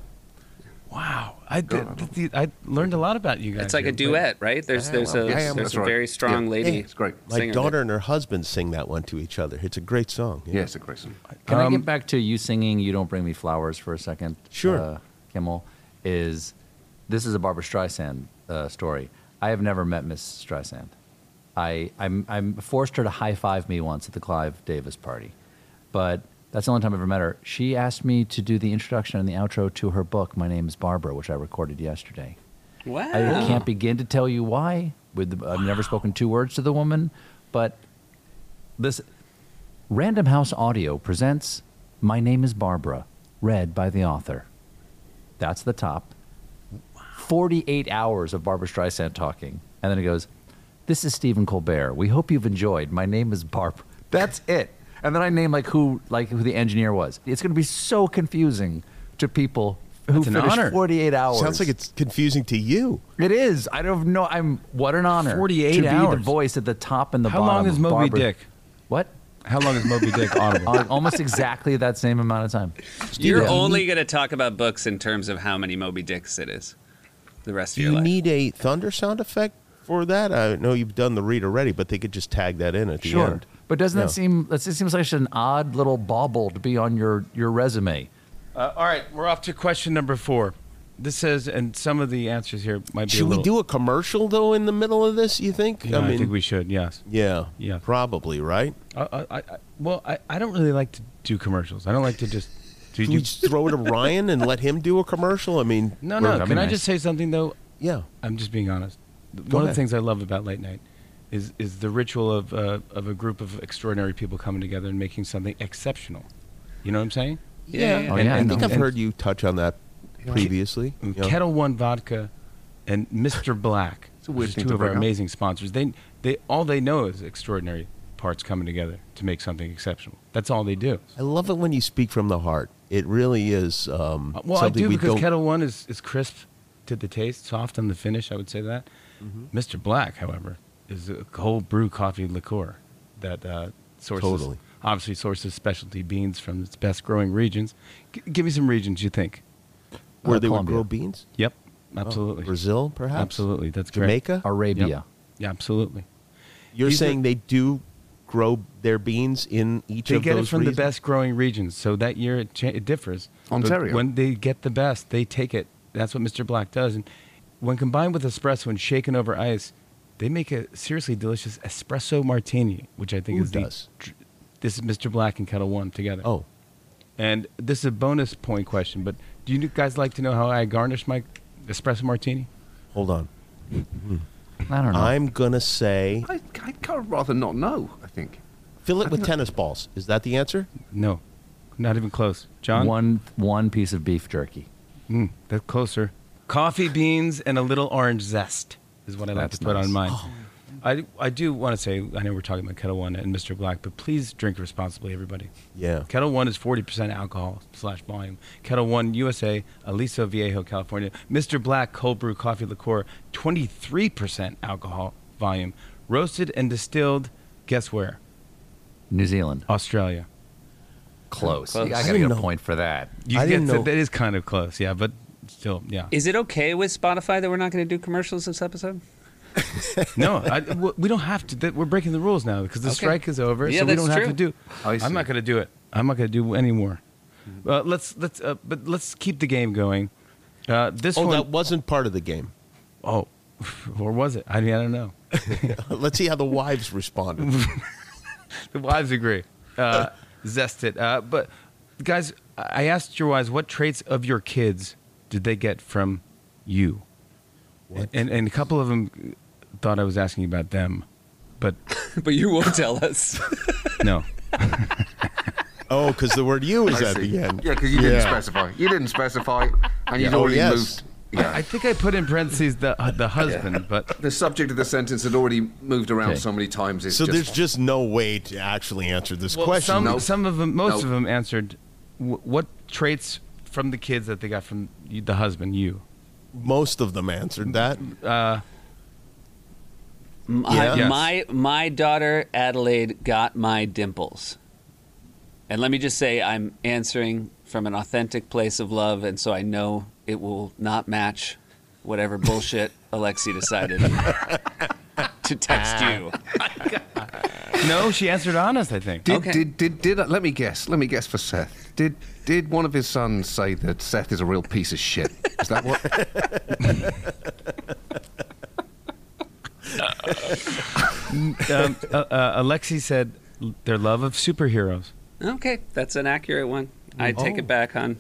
Wow. I did,
God.
th- th- I learned a lot about you guys.
It's like
here,
a
but-
duet, right? There's there's a
Yeah, yeah,
there's
that's
a
right.
very strong
Yeah.
lady.
Yeah, it's great.
My
singer
daughter and her husband sing that one to each other. It's a great song. yeah.
Yeah, it's a great song.
Can I get back to you singing "You Don't Bring Me Flowers" for a second?
Sure.
uh, Kimmel is this is a Barbara Streisand uh, story. I have never met Miss Streisand. I I'm, I'm forced her to high five me once at the Clive Davis party, but that's the only time I've ever met her. She asked me to do the introduction and the outro to her book, My Name Is Barbara, which I recorded yesterday.
did. Wow.
I can't begin to tell you why. With the, I've never spoken two words to the woman, but this Random House Audio presents "My Name Is Barbara," read by the author. That's the top. Forty-eight hours of Barbara Streisand talking, and then it goes. This is Stephen Colbert. We hope you've enjoyed. My name is Barb. That's it. and then I name like who like who the engineer was. It's going to be so confusing to people who
That's an
finished
honor.
48 hours.
Sounds like it's confusing to you.
It is. I don't know. I'm what an honor.
48
to be
hours.
the voice at the top and the
How
bottom.
long is
of
Moby
Barbara-
Dick?
What?
How long is Moby Dick audible?
Al- Almost exactly that same amount of time.
You're only going to talk about books in terms of how many Moby Dicks it is. The rest
Do
of your
you
life.
need a thunder sound effect for that? I know you've done the read already, but they could just tag that in at the
Sure.
end.
But doesn't
Yeah.
that seem that just seems like such an odd little bauble to be on your your resume?
Uh, all right, we're off to question number four. This says, and some of the answers here might be.
Should
a
we
little,
do a commercial though in the middle of this? You think?
Yeah, I, think we should. Yes.
Yeah.
Yeah.
Probably right.
I, Uh, I, I, well, I, I don't really like to do commercials. I don't like to just. Do
Can
you?
we just throw it to Ryan and let him do a commercial? I mean,
no,
Well,
no.
that'd be
Can I
nice.
just say something though?
yeah.
I'm just being honest. One of the
ahead.
things I love about late night is is the ritual of uh, of a group of extraordinary people coming together and making something exceptional. You know what I'm saying?
Yeah.
Oh,
And-
yeah,
I
and-
know.
think I've
and-
heard you touch on that previously. Yeah. Mm,
Kettle One Vodka and Mr. Black.
It's a weird
which are
thing
two
to
of our
bring up.
amazing sponsors. They they all they know is extraordinary parts coming together to make something exceptional. That's all they do.
I love it when you speak from the heart. It really is. Um,
Uh, Well,
something
I do
we
because
don't-
Kettle One is, is crisp to the taste, soft on the finish. I would say that.
Mm-hmm.
Mr. Black, however, is a cold brew coffee liqueur that uh, sources
Totally.
obviously sources specialty beans from its best growing regions. G- give me some regions you think.
where they would
Colombia.
grow beans.
Yep,
Oh,
absolutely.
Brazil, perhaps.
Absolutely, that's correct.
Jamaica.
Arabia.
Yep. Yeah, absolutely.
You're
These are-
saying they do grow their beans in each
They
of
get it
those
from
regions?
the best growing regions. So that year it, cha- it differs. But
Ontario.
When they get the best, they take it. That's what Mr. Black does. And when combined with espresso and shaken over ice, they make a seriously delicious espresso martini, which I think
Who
is
does?
the. tr- This is Mr. Black and Kettle One together.
Oh,
And this is a bonus point question, but do you guys like to know how I garnish my espresso martini?
hold on.
I don't know.
I'm gonna say
I, I'd kind of rather not know, I think.
fill it with tennis balls. Is that the answer?
No, not even close. John?
one one piece of beef jerky.
Mm, that's closer. Coffee beans and a little orange zest is what I like
That's
to put
nice.
on mine.
Oh.
I, I do want to say, I know we're talking about Kettle One and Mr. Black, but please drink responsibly, everybody.
Yeah.
Kettle One is 40% alcohol slash volume. Kettle One USA, Aliso Viejo, California. Mr. Black cold brew coffee liqueur, 23% alcohol volume. Roasted and distilled, guess where?
New Zealand.
Australia.
Close.
Close.
Yeah,
I
I gotta
didn't
get a
know.
point for that.
You
I
get
didn't
to-
know-
That is kind of close, yeah, but still, yeah.
Is it okay with Spotify that we're not going to do commercials this episode?
no, I, w- we don't have to. That- We're breaking the rules now because the
Okay.
strike is over,
Yeah,
so we
that's
don't have to
true.
do.
Oh, I see. Mm-hmm.
I'm not going to do it. I'm not going to do any more. Uh, let's let's uh, but let's keep the game going. Uh, this
Oh,
one
that wasn't part of the game.
oh, or was it? I mean, I don't know.
Let's see how the wives responded.
the wives agree. Uh, zest it. Uh, but guys, I asked your wives what traits of your kids did they get from you,
What?
and and a couple of them thought I was asking about them, but
but you won't tell us.
no.
Oh, because the word "you" is
I
at
see.
the end.
Yeah, because you didn't
Yeah.
specify. You didn't specify, and you'd
Oh,
already
yes.
moved. Yeah.
I think I put in parentheses the uh, the husband, but
the subject of the sentence had already moved around
Okay.
so many times. It's
So
just,
there's just no way to actually answer this
Well,
question.
Some,
Nope.
some of them, most
Nope.
of them answered. W- what traits from the kids that they got from you, the husband? You.
Most of them answered that.
My,
Yes.
my my daughter Adelaide got my dimples. And let me just say I'm answering from an authentic place of love and so I know it will not match whatever bullshit Alexi decided to text you.
No, she answered honest. I think.
Did,
Okay.
did, did, did, let me guess. Let me guess for Seth. Did, did one of his sons say that Seth is a real piece of shit? Is that what?
um, uh, uh, Alexi said l- their love of superheroes.
Okay, that's an accurate one. I take it back on.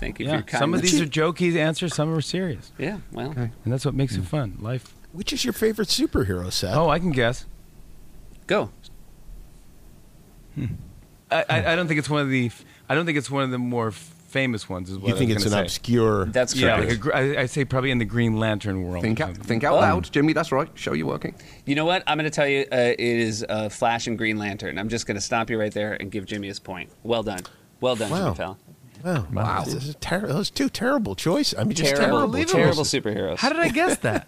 Thank you for
Oh. Yeah.
your kindness.
Some of these are jokey answers. Some are serious,
Yeah, well.
and that's what makes
Hmm.
it fun. Life.
Which is your favorite superhero, Seth?
Oh, I can guess.
Go.
Hmm.
I, I, I don't think it's one of the. I don't think it's one of the more f- famous ones is what
You think
I
it's
was
an
gonna say.
obscure?
That's
Yeah,
correct.
like a gr- I, I say probably in the Green Lantern world.
Think
or
out,
something.
think out
Oh.
loud, Jimmy. That's right. Show you working.
You know what? I'm going to tell you uh, it is uh, Flash and Green Lantern. I'm just going to stop you right there and give Jimmy his point. Well done. Well done,
Wow.
Jimmy Fallon.
wow,
Wow.
This is ter- those two terrible choices. I mean, just
Terrible,
terrible,
terrible,
choices.
superheroes.
How did I guess that?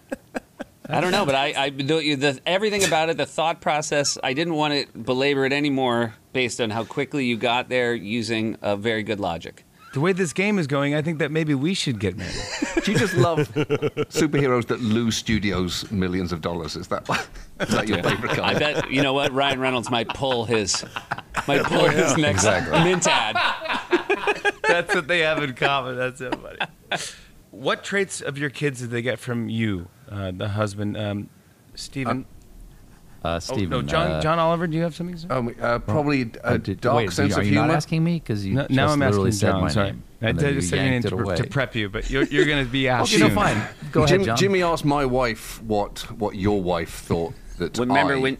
I don't know, but I, I the, the, everything about it, the thought process, I didn't want to belabor it anymore based on how quickly you got there using a very good logic.
The way this game is going, I think that maybe we should get married.
you just love
Superheroes that lose studios millions of dollars. Is that, is that your favorite
I
kind?
bet you know what Ryan Reynolds might pull his might pull his next mint ad.
That's what they have in common. That's so funny. What traits of your kids did they get from you, uh, the husband, um, Stephen?
uh,
oh,
Stephen.
no, John.
uh,
John Oliver. Do you have something? to say?
Um, uh, probably a
uh, did-
dark
wait,
sense
are
of
you
humor.
not asking me because you
No,
just
now I'm
literally
asking
said
John.
my
Sorry,
name.
I
and
did
then
just
you
said your name
yanked
to,
it
pre-
away.
to prep you, but you're, you're going to be asked
Okay, no,
soon.
fine. Go
Jim-
ahead, John.
Jimmy asked my wife what what your wife thought that.
Remember
I-
when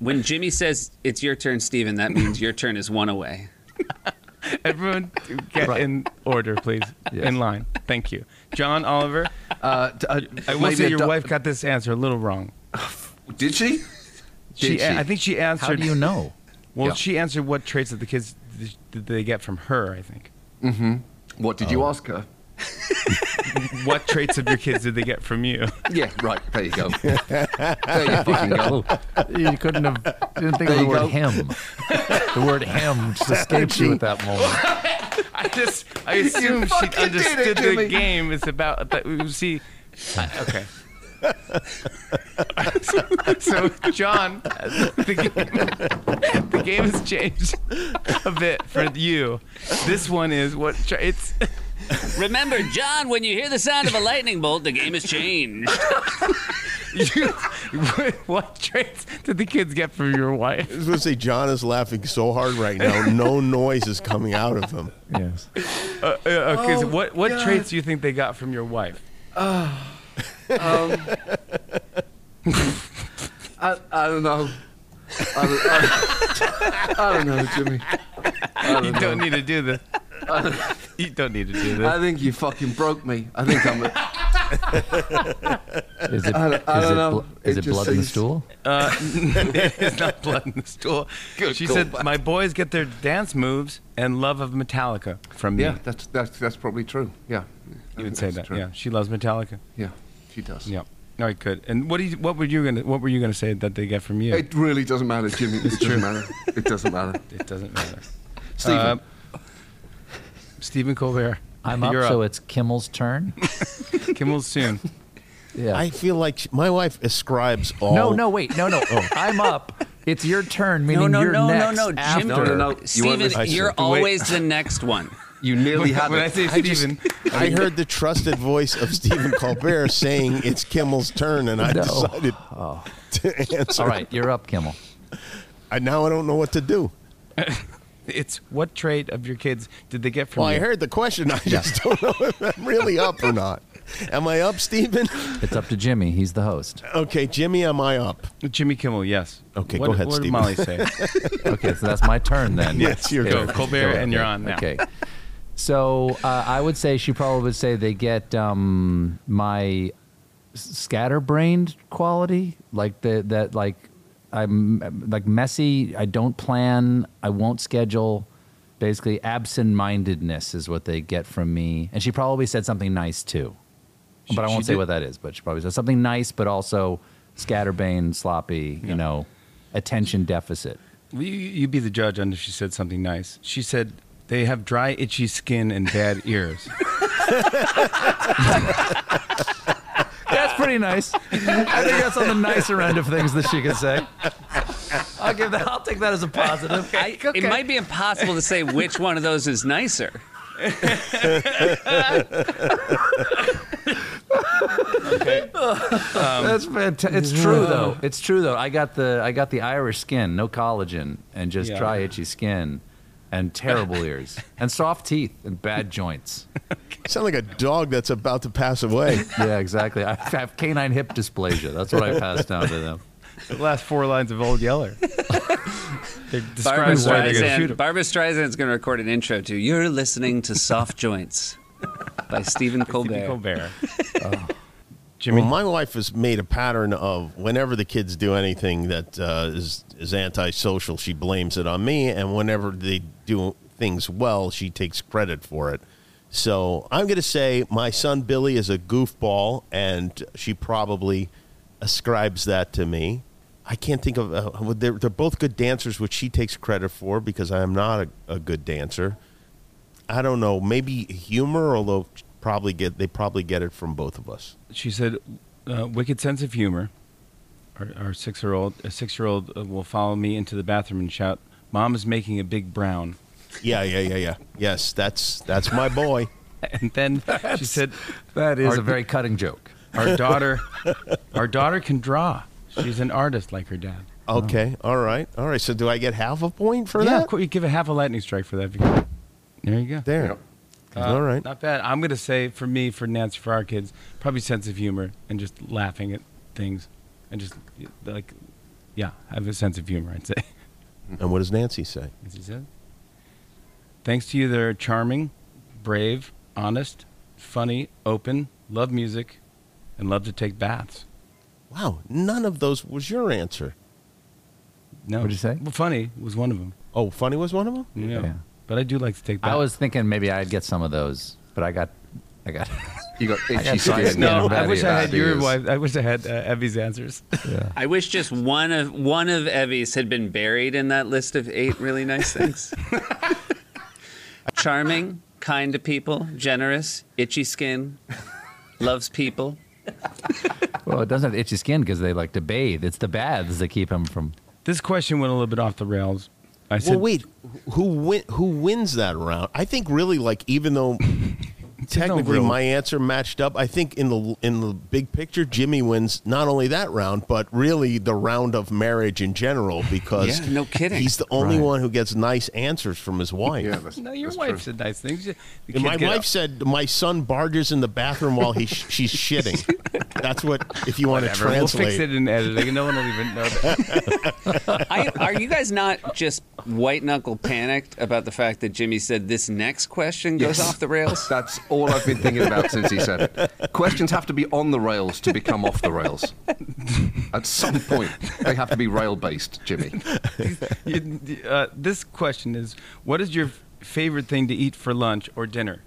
when Jimmy says it's your turn, Steven, that means your turn is one away.
Everyone, get
Right.
in order, please,
Yes.
in line. Thank you, John Oliver.
Uh, d- uh,
I will
maybe
say
a
your
du-
wife got this answer a little wrong.
Did she?
She,
she?
I think she answered.
How do you know?
Well,
Yeah.
she answered what traits of the kids th- did they get from her. I think.
What did you ask her?
what traits of your kids did they get from you?
Yeah, right. There you go. there you fucking go.
you couldn't have. Didn't think of
There
the
you
word
go.
him. The word him just escaped you at that moment.
I just, I assume she
fucking did it,
understood the
Jimmy.
game is about. That, you see, I- okay. so, John, the game, the game has changed a bit for you. This one is what tra- it's.
Remember, John, when you hear the sound of a lightning bolt, the game has changed.
You, what traits did the kids get from your wife?
I was going to say John is laughing so hard right now. No noise is coming out of him.
Yes.
Uh, uh, okay,
Oh,
so what what traits do you think they got from your wife?
I, I don't know. I don't, I, I don't know, Jimmy. I don't
You
know.
don't need to do this. You don't need to do this.
I think you fucking broke me. I think I'm. A,
Is it?
I don't- I
is
don't
it,
know.
is
It
it
just
blood in the
seems-
stool?
Uh, it's not blood in the stool.
Good
she
call
said,
back.
"My boys get their dance moves and love of Metallica from me."
yeah, that's that's that's probably true. Yeah,
you would
That's
say that.
true.
Yeah, she loves Metallica.
yeah, she does.
Yeah. All right, good. And what do you, what were you gonna what were you gonna say that they get from you?
It really doesn't matter, Jimmy. It doesn't matter. It doesn't matter.
It doesn't matter. Uh,
Stephen,
Stephen Colbert.
I'm up,
You're
so it's Kimmel's turn.
Kimmel's soon.
Yeah.
I Oh. feel like she- my wife ascribes all.
no, no, wait, no, no. I'm up. It's your turn, meaning
No, no,
you're
no, no,
next
no, Jim.
after.
No, no, no. You weren't
Steven,
listening.
you're
Wait.
always the next one.
you nearly had
when I
it.
say
I just-
Stephen,
I heard the trusted voice of Stephen Colbert saying it's Kimmel's turn, and I
No. Oh.
decided to answer.
All right, you're up, Kimmel.
I, now I don't know what to do.
it's what trait of your kids did they get from
Well, I
you?
heard the question. I just don't know if I'm really up or not. Am I up, Stephen?
It's up to Jimmy. He's the host.
Okay, Jimmy, am I up?
Jimmy Kimmel. Yes.
Okay,
what,
go ahead,
What did
Stephen.
Molly say?
Okay, so that's my turn then.
Yes, you're
go
good.
Colbert, and you're on now.
Okay. So uh, I would say she probably would say they get um, my s- scatterbrained quality, like the that like I'm like messy. I don't plan. I won't schedule. Basically, absent-mindedness is what they get from me, and she probably said something nice too, but I
she
won't say
did-
what that is. But she probably said something nice, but also scatterbrained, sloppy. You know, attention deficit.
Well, you, you be the judge on if she said something nice. She said they have dry, itchy skin and bad ears.
That's pretty nice. I think that's on the nicer end of things that she could say. I'll give that. I'll take that as a positive.
I, It might be impossible to say which one of those is nicer.
that's fantastic. It's true though. It's true though. I got the I got the Irish skin, no collagen, and just
Yeah.
dry itchy skin, and terrible ears, and soft teeth, and bad joints.
Sound like a dog that's about to pass away.
Yeah, exactly. I have canine hip dysplasia. That's what I passed down to them.
the last four lines of Old Yeller. They're
Barbara
describing why they're going to shoot
Streisand.
him.
Barbara Streisand's going to record an intro to "You're Listening to Soft Joints" by Stephen Colbert.
Stephen Colbert. Oh.
Jimmy? Well, my wife has made a pattern of whenever the kids do anything that uh, is is antisocial, she blames it on me, and whenever they do things well, she takes credit for it. So I'm going to say my son Billy is a goofball, and she probably ascribes that to me. I can't think of. Uh, they're, they're both good dancers, which she takes credit for because I am not a, a good dancer. I don't know. Maybe humor, although probably get they probably get it from both of us.
She said, uh, "Wicked sense of humor." Our, our six-year-old, a six-year-old, uh, will follow me into the bathroom and shout, "Mom is making a big brown."
Yeah, yeah, yeah, yeah. Yes, that's that's my boy.
And then she said,
That is
Are-
a very cutting joke.
"Our daughter, our daughter can draw. She's an artist like her dad."
Okay, all right, all right. So do I get half a point for
Oh. yeah,
that?
of course, you give a half a lightning strike for that. if you can. There you go.
There.
Uh,
all right.
Not bad. I'm going to say for me, for Nancy, for our kids, probably sense of humor and just laughing at things and just like, yeah, have a sense of humor, I'd say.
And what does Nancy say?
As he said. Thanks to you, they're charming, brave, honest, funny, open, love music, and love to take baths.
Wow, none of those was your answer.
No.
What'd you say?
Well, funny was one of them.
Oh, funny was one of them.
Yeah.
Yeah.
But I do like to take baths.
I was thinking maybe I'd get some of those, but I got, I got.
You got
got
itchy
science
skin.
now.
no, I
bad
wish I
bad
had your
ears.
wife. I wish I had uh, Evie's answers.
I wish just one of one of Evie's had been buried in that list of eight really nice things. Charming, kind to people, generous, itchy skin, loves people.
Well, it doesn't have itchy skin because they like to bathe. It's the baths that keep them from.
This question went a little bit off the rails. I said,
Well, wait, who win, who wins that round? I think really like even though technically
real-
my answer matched up, I think in the in the big picture Jimmy wins not only that round but really the round of marriage in general because
Yeah, no kidding.
he's the only
Right.
one who gets nice answers from his wife.
Yeah, that's,
No, your
that's
wife
true.
said nice things. The
And
kids
my
get-
wife said my son barges in the bathroom while he sh- she's shitting. That's what if you want to
Whatever, We'll
translate.
fix it in editing. No one will even know. That.
I, are you guys not just white knuckle panicked about the fact that Jimmy said this next question goes
Yes.
off the rails?
That's all I've been thinking about since he said it. Questions have to be on the rails to become off the rails. At some point, they have to be rail based, Jimmy.
You- uh, this question is: What is your favorite thing to eat for lunch or dinner?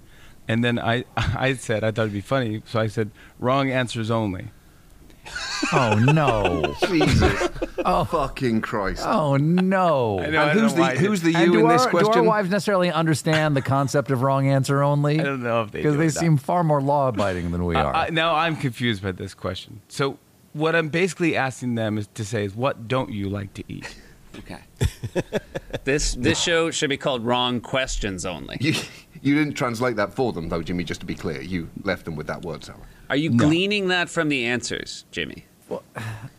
And then I, I said I thought it'd be funny, so I said wrong answers only.
Oh no!
Jesus. Oh, fucking Christ.
oh no!
I know.
And who's
don't
the
like it.
who's the
And
you
do,
in
our,
this
do our
question?
wives necessarily understand the concept of wrong answer only?
I don't know if they
because
do
they
or not.
seem far more law abiding than we are.
I, now I'm confused by this question. So what I'm basically asking them is to say is what don't you like to eat?
Okay. This this show should be called Wrong Questions Only.
You, you didn't translate that for them, though, Jimmy, just to be clear. You left them with that word salad.
Are you gleaning that from the answers, Jimmy?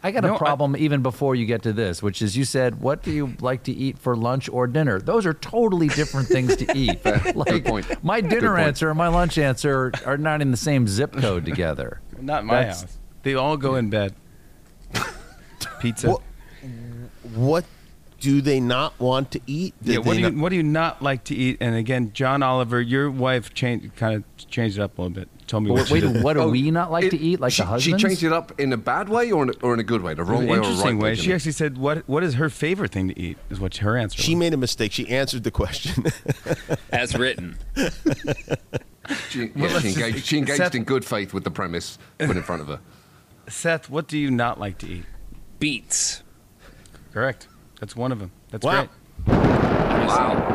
I got
No, I-
a problem even before you get to this, which is you said, "What do you like to eat for lunch or dinner?" Those are totally different things to eat. like
Good point.
my
Good
dinner
point.
answer and my lunch answer are not in the same zip code together.
Not in my
That's-
house. They all go in bed. Pizza.
What, what do they not want to eat? Did
yeah, what
they
do you
not-
what do you not like to eat? And again, John Oliver, your wife changed kind of changed it up a little bit. Told me
But
what
wait,
she
wait,
did.
what do
Oh,
we not like
it-
to eat? Like
she,
the
She
husbands?
changed it up in a bad way or in a, or in a good way? The wrong
An
way or a right
interesting way.
way?
She
Jimmy?
actually said, "What what is her favorite thing to eat?" Is what her answer.
She
was.
made a mistake. She answered the question.
As written.
She, yeah,
Well, let's
she
just-
engaged, she engaged
Seth-
in good faith with the premise put in front of her.
Seth, what do you not like to eat?
Beats.
Correct. That's one of them. That's
Wow.
great.
Wow.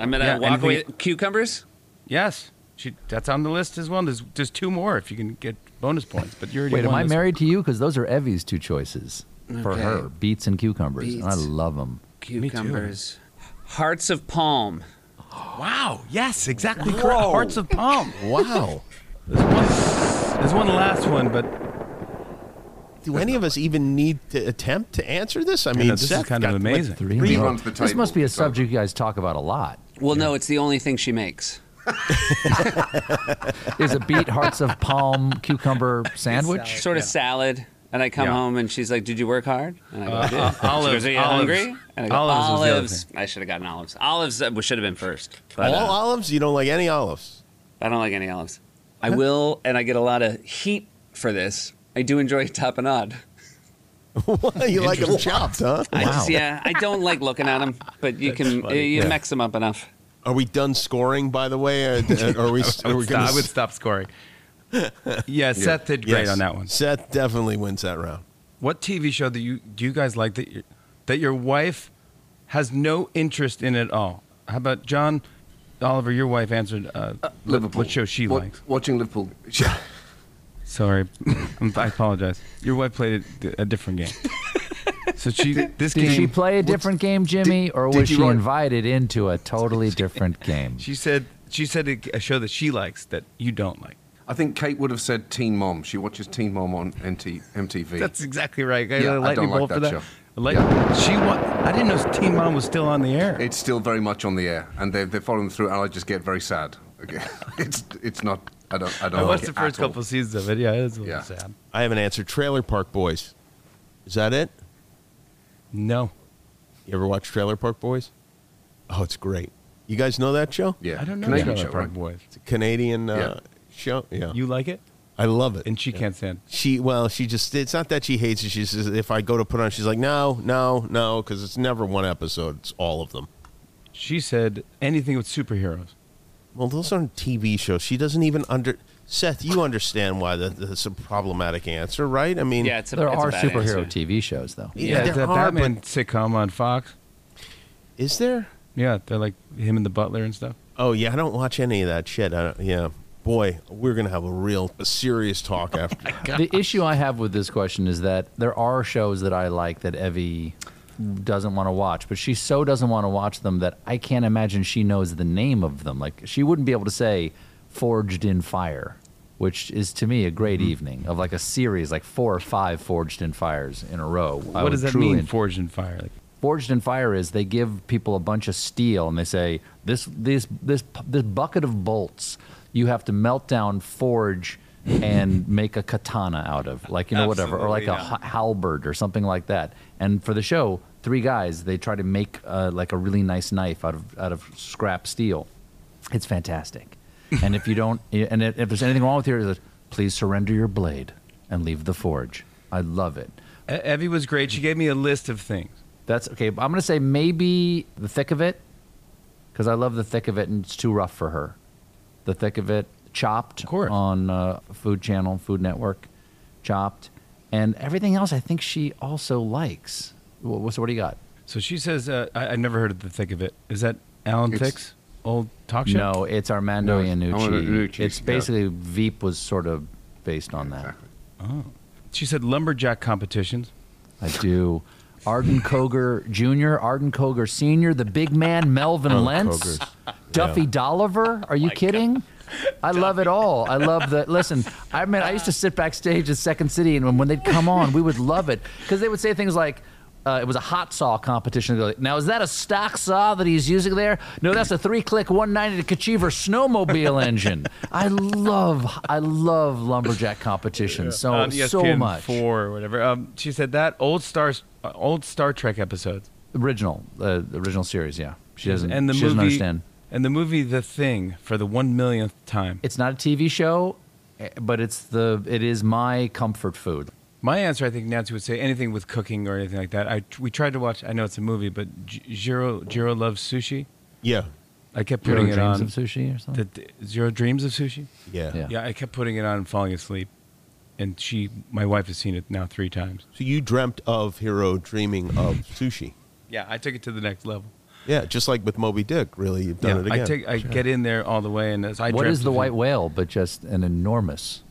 I'm gonna
Uh, yeah,
walk
anything-
away. Cucumbers.
Yes, she, that's on the list as well. There's there's two more if you can get bonus points. But you already
Wait, am
won
I
this.
married to you? Because those are Evie's two choices for
Okay.
her: beets and cucumbers. And I
Beets.
love them.
Cucumbers. Hearts of palm.
Wow. Yes, exactly. Correct. Hearts of palm.
wow.
There's one, there's one last one, but
Do any of us even need to attempt to answer this? I mean,
know, this is
Seth
kind of
got, like,
amazing.
three-
He
in a row.
runs the
This must
table,
be a
so-
subject you guys talk about a lot.
Well, no, it's the only thing she makes.
Is a beet hearts of palm cucumber sandwich?
Sort of salad. And I come
Yeah.
home and she's like, "Did you work hard?" And I go, "I did."
uh,
She
olives,
goes, "Are you
olives.
hungry?" And I go,
Olives was the other
"Olives." I should have gotten olives. Olives uh, should have been first. But,
All
uh,
olives? You don't like any olives?
I don't like any olives. I will, and I get a lot of heat for this. I do enjoy tapenade.
you like them chopped, huh?
I just, yeah, I don't like looking at them, but you can
funny.
you
Yeah.
mix them up enough.
Are we done scoring, by the way? Or, or are we,
I
are we
would, stop,
gonna
I would stop scoring. Yeah, Seth did great
Yes.
on that one.
Seth definitely wins that round.
What TV show do you do you guys like that your, that your wife has no interest in at all? How about John Oliver? Your wife answered uh,
Liverpool.
What show she
Wa-
likes?
Watching Liverpool.
Sorry, I'm- I apologize. Your wife played a, a different game. So she this
Did
game
she play a different game, Jimmy, or
did
was
you
she
write-
invited into a totally different game?
She said she said a, a show that she likes that you don't like.
I think Kate would have said Teen Mom. She watches Teen Mom on MT, MTV.
That's exactly right. I
Yeah,
got a
I
lightning
don't like
bolt for
that
that.
show.
Like she wa- I didn't know Team Mom was still on the air.
it's still very much on the air, and they're, they're following through, and I just get very sad. Okay. it's it's not. I don't. I don't.
I
like
watched
it
the first
at all.
couple seasons of it. Oh, Yeah, it was a little
Yeah.
sad.
I have an answer. Trailer Park Boys. Is that it?
No,
You ever watch Trailer Park Boys? Oh, it's great. You guys know that show?
Yeah,
I Oh. don't know.
Canadian
Trailer
show,
Park
right?
Boys.
It's a Canadian uh,
Yeah.
show. Yeah.
You like it,
I love it.
and she can't stand. it.
She well, she just it's not that she hates it. She says if I go to put on, she's like no, no, no, because it's never one episode. It's all of them.
She said anything with superheroes.
Well, those aren't TV shows. She doesn't even under Seth. You understand why that, that's a problematic answer, right? I mean,
Yeah, it's a,
there
it's a
are
bad
superhero
answer.
TV shows, though.
Yeah,
it's
there
a
are,
Batman sitcom on Fox.
is there?
Yeah, they're like him and the butler and stuff.
Oh yeah, I don't watch any of that shit. I don't, yeah, boy, we're gonna have a real a serious talk after. that.
The issue I have with this question is that there are shows that I like that Evie doesn't want to watch, but she so doesn't want to watch them that I can't imagine she knows the name of them. Like she wouldn't be able to say "Forged in Fire," which is to me a great
Mm-hmm.
evening of like a series, like four or five "Forged in Fires" in a row. I
what
would
does that
truly
mean?
en-
Forged in fire. Like,
Forged in Fire is they give people a bunch of steel and they say this this this this bucket of bolts you have to melt down, forge, and make a katana out of, like you know whatever, or like a
Absolutely
ha- halberd or something like that. And for the show, three guys they try to make uh, like a really nice knife out of out of scrap steel. It's fantastic. And if you don't, and if if there's anything wrong with you, it's like, please surrender your blade and leave the forge. I love it.
E- Evie was great. She gave me a list of things.
That's okay. but I'm gonna say maybe the thick of it, because I love the thick of it, and it's too rough for her. The thick of it, chopped
Of course.
on uh, Food Channel, Food Network, chopped, and everything else. I think she also likes. Wha- wha- So what do you got?
So she says, uh, I, I never heard of the thick of it. Is that Alan
It's-
Thick's old talk show?
No, it's Armando
No, it's
Iannucci.
Armando Iannucci,
It's
yeah.
basically Veep was sort of based on that.
She said lumberjack competitions.
I do. Arden Koger Jr., Arden Koger Sr., the big man Melvin Lentz, Duffy Dolliver. Are you kidding? I love it all. I love the. Listen, I mean, I used to sit backstage at Second City, and when, when they'd come on, we would love it because they would say things like, uh, "It was a hot saw competition." They'd go like, now is that a stock saw that he's using there? No, that's a three-click 190 Kachiver snowmobile engine. I love, I love lumberjack competitions Oh, so
Oh, on E
so
ESPN
much.
Four or whatever. Um, she said that old Star, uh, old Star Trek episodes.
original uh, the original series yeah she doesn't
and the
she
movie
doesn't understand
and the movie The Thing for the one millionth time.
it's not a tv show eh, but it's the it is my comfort food
My answer, I think Nancy would say anything with cooking or anything like that. I we tried to watch. I know it's a movie, but J- Jiro Jiro loves sushi.
yeah,
I kept
Zero
putting it
Dreams
on.
of sushi or
The,
something
the- Zero dreams of sushi.
yeah,
Yeah.
Yeah, I kept putting it on and falling asleep. And she, my wife, has seen it now three times.
So you dreamt of hero dreaming of sushi.
Yeah, I took it to the next level.
Yeah, just like with Moby Dick. Really, you've done
yeah,
it again.
I take, I get in there all the way, and as I
what
dreamt
is the
of
white
it,
whale but just an enormous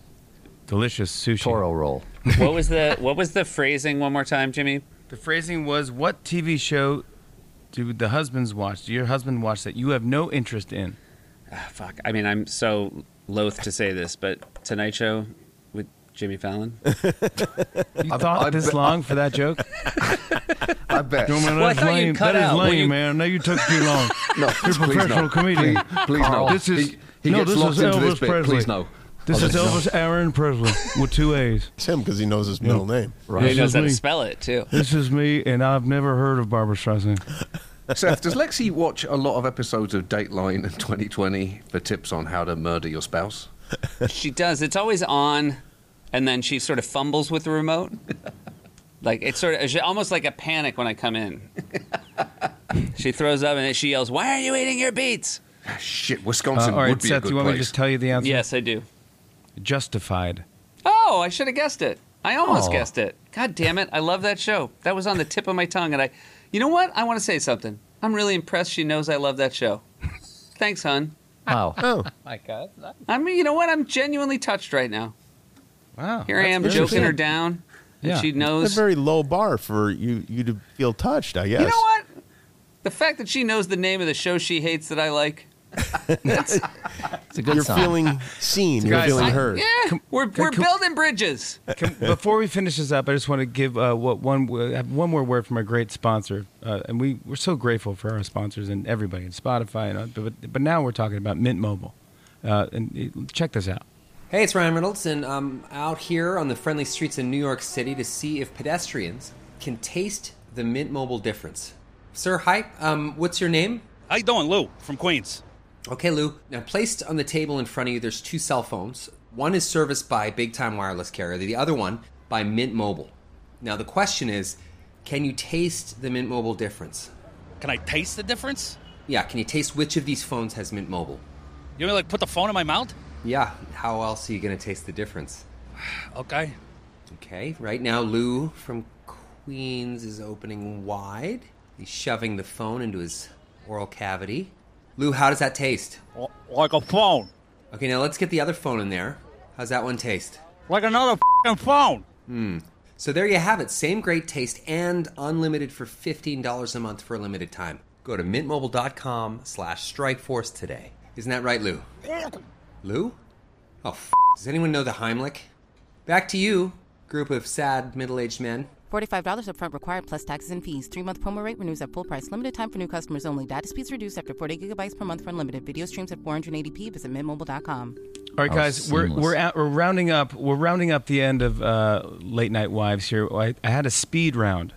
delicious sushi?
toro roll
what was the what was the phrasing one more time, Jimmy?
The phrasing was, "What TV show do the husbands watch? Do your husband watch that you have no interest in?"
Ah, fuck. I mean, I'm so loath to say this, but Tonight Show with Jimmy Fallon.
You thought
I
this
bet-
long for that joke?
I bet.
No, man,
Well, I
that's
thought you'd
lame.
cut
That is
out. Well,
lame,
you-
man. No, you took too long.
No,
You're a
please
professional
no.
comedian.
Please, please no.
This is
he, he
no,
gets
this
locked
is
into
Elvis
this bit.
Presley.
Please no.
This is
Obviously.
Elvis Aaron Presley with two A's.
It's him because he knows his middle name.
And he
This
knows
is
how to
me.
spell it too.
This is me, and I've never heard of Barbara Streisand.
Seth, does Lexi watch a lot of episodes of Dateline and 2020 for tips on how to murder your spouse?
She does. It's always on, and then she sort of fumbles with the remote. Like it's sort of it's almost like a panic when I come in. she throws up and then she yells, "Why are you eating your beets?"
Ah, Shit,
Uh,
Wisconsin
all
would
right,
be a
Seth,
good
you want me to
place.
just tell you the answer?
Yes, I do.
Justified.
Oh, I should have guessed it. I almost
Aw.
guessed it. God damn it! I love that show. That was on the tip of my tongue, and I, you know what? I want to say something. I'm really impressed. She knows I love that show. Thanks, hon.
Wow.
Oh,
My God.
I mean, you know what? I'm genuinely touched right now.
Wow.
Here I am
very
joking her
good.
down, and
Yeah.
she
that's
knows.
a very low bar for you you to feel touched. I guess.
You know what? The fact that she knows the name of the show she hates that I like.
It's a good
You're
sign.
feeling seen. You're
Guys,
feeling
I-
heard.
Yeah, we're, we're building bridges.
Can, before we finish this up, I just want to give uh, what one w- have one more word from our great sponsor, uh, and we we're so grateful for our sponsors and everybody and Spotify and uh, but but now we're talking about Mint Mobile, uh, and uh, check this out.
Hey, it's Ryan Reynolds, and I'm out here on the friendly streets in New York City to see if pedestrians can taste the Mint Mobile difference. Sir, hi. Um, what's your name?
How you doing, Lou from Queens?
Okay, Lou. Now, placed on the table in front of you, there's two cell phones. One is serviced by Big Time Wireless Carrier, the other one by Mint Mobile. Now, the question is can you taste the Mint Mobile difference?
Can I taste the difference?
Yeah, can you taste which of these phones has Mint Mobile?
You want me to like put the phone in my mouth?
Yeah, how else are you going to taste the difference?
Okay.
Okay, right now Lou from Queens is opening wide. He's shoving the phone into his oral cavity. Lou, how does that taste?
L- Like a phone.
Okay, now let's get the other phone in there. How's that one taste?
Like another fing phone.
So there you have it. Same great taste and unlimited for $15 a month for a limited time. Go to mintmobile.com slash strikeforce today. Isn't that right, Lou? Lou? Oh, f- does anyone know the Heimlich? Back to you, group of sad middle-aged men.
$45 upfront required plus taxes and fees. Three month promo rate renews at full price. Limited time for new customers only. Data speeds reduced after 40 gigabytes per month for unlimited. Video streams at 480p. Visit mintmobile.com.
All right,
Oh,
guys, we're
seamless.
we're, at, we're rounding up we're rounding up the end of uh, late night wives here. I, I had a speed round.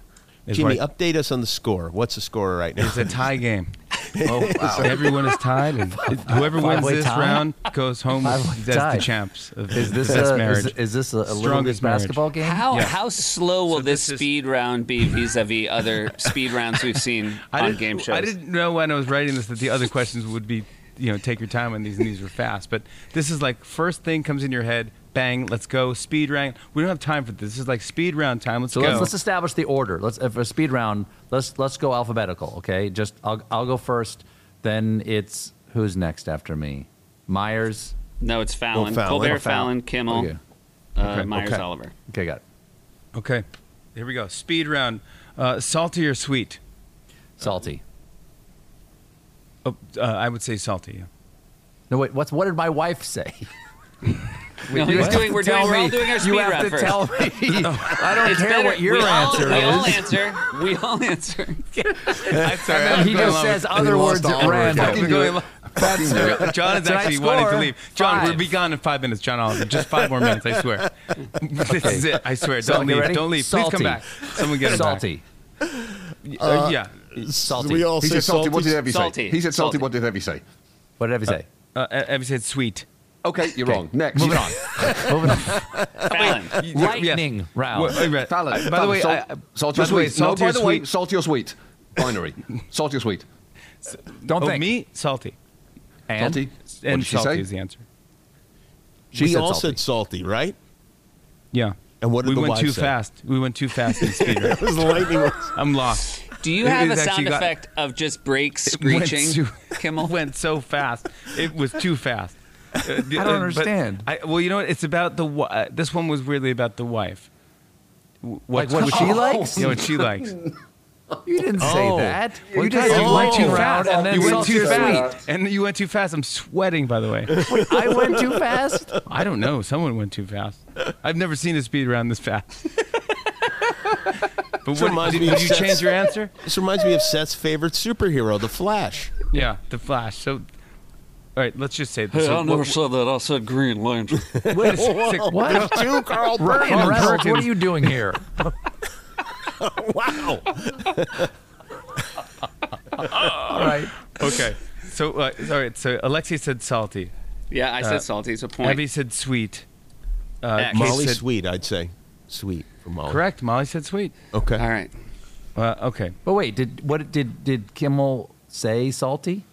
Is
Jimmy,
what I-
update us on the score. What's the score right now?
it's a tie game.
Oh, wow.
Everyone is tied, and whoever wins
Five-way
this
tie?
round goes home
Five-way
with, as
tie.
the champs of
Is this
best
a,
marriage.
is, is this a, a little
Strongest
league
marriage.
basketball game?
How how slow will
So
this,
this is-
speed round be vis-a-vis other speed rounds we've seen on
didn't-
game shows?
I didn't know when I was writing this that the other questions would be, you know, take your time on these and these are fast. But this is like first thing comes in your head, bang, let's go. Speed round. We don't have time for this. This is like speed round time. Let's
So
go.
let's, let's establish the order. Let's if a speed round. Let's let's go alphabetical. Okay, just I'll I'll go first. Then it's who's next after me? Myers.
No, it's Fallon,
Fallon.
Colbert,
Oh,
Fallon,
Fallon.
Kimmel,
Okay.
uh, Myers,
okay.
Oliver.
Okay, got it.
okay. Here we go. Speed round. Uh, salty or sweet?
salty.
Oh, uh, I would say salty. yeah.
No wait, what's what did my wife say?
No, he's doing, we're, doing,
Tell
we're all
me.
doing our speed
you
round
have to
first.
tell me. I don't
It's
care
better-
what your
we
answer
all,
is.
We all answer. We all answer.
And then he just says other
lost
words at
Oliver again.
random.
Fucking do it. That's John is
Tonight's
actually wanting to
score,
leave. John,
five.
we'll be gone in five minutes. John Oliver, just five more minutes. I swear. this is it. I swear.
So,
Don't
you
leave.
ready?
Don't leave. Please come
Salty.
back. Someone get him back.
Salty.
Uh, yeah.
Salty.
We all
He
say
said salty. What did Heavy
Salty.
say? He said salty.
Salty.
What did Heavy say?
What did Evie say?
Uh, Abby said sweet.
Okay, you're wrong. Next.
Moving on. Moving on.
Fallon.
Lightning round.
Well, wait a minute.
Fallon.
Uh, by the
Fallon,
way,
salt,
I- by
salty
the
or
way,
sweet? no,
salty
by
or
the
sweet.
way, salty or sweet. Binary. salty or sweet.
Don't
oh,
think.
me salty
And
Salty. what
and
did she
salty
say?
is the answer.
She
we
said
all
salty.
said salty, right?
Yeah.
And what did
we
the
went
wife
too
say?
fast. We went too fast in speed. round.
It was lightning. round.
I'm lost.
Do you
It-
have a
it's
sound
actually got-
effect of just brakes
It went
screeching?
too-
Kimmel
went so fast. It was too fast. Uh, I
don't understand.
I, well, you know what? It's about the. wi- Uh, this one was really about the wife. W-
Like what she likes?
You know what she likes.
You didn't say
Oh.
that.
Well,
You just
guys,
said
you
went
went
too
too
round
fast.
and then
you went
salty
too
or
fast. And you went too fast. I'm sweating, by the way.
sweet. I went too fast.
I don't know. Someone went too fast. I've never seen a speed round this fast. But what,
reminds
did,
me
did
of
you
Seth's-
change your answer?
This reminds me of Seth's favorite superhero, The Flash.
Yeah, the Flash. So All right, let's just say this.
Hey,
So
I
what-
never said that. I said Green Lantern.
wait a sec-
What?
Two Carl
Ryan
Perkins.
Reynolds, what are you doing here?
Wow.
All right.
Okay. So, uh, all right. So Alexia said salty.
Yeah, I
Uh,
said salty. So point.
Abby said sweet. Uh,
X.
Kate
Molly
said-
Sweet, I'd say. Sweet for Molly.
Correct. Molly said sweet.
Okay.
All right.
Uh, okay.
But wait, did what did did Kimmel say salty?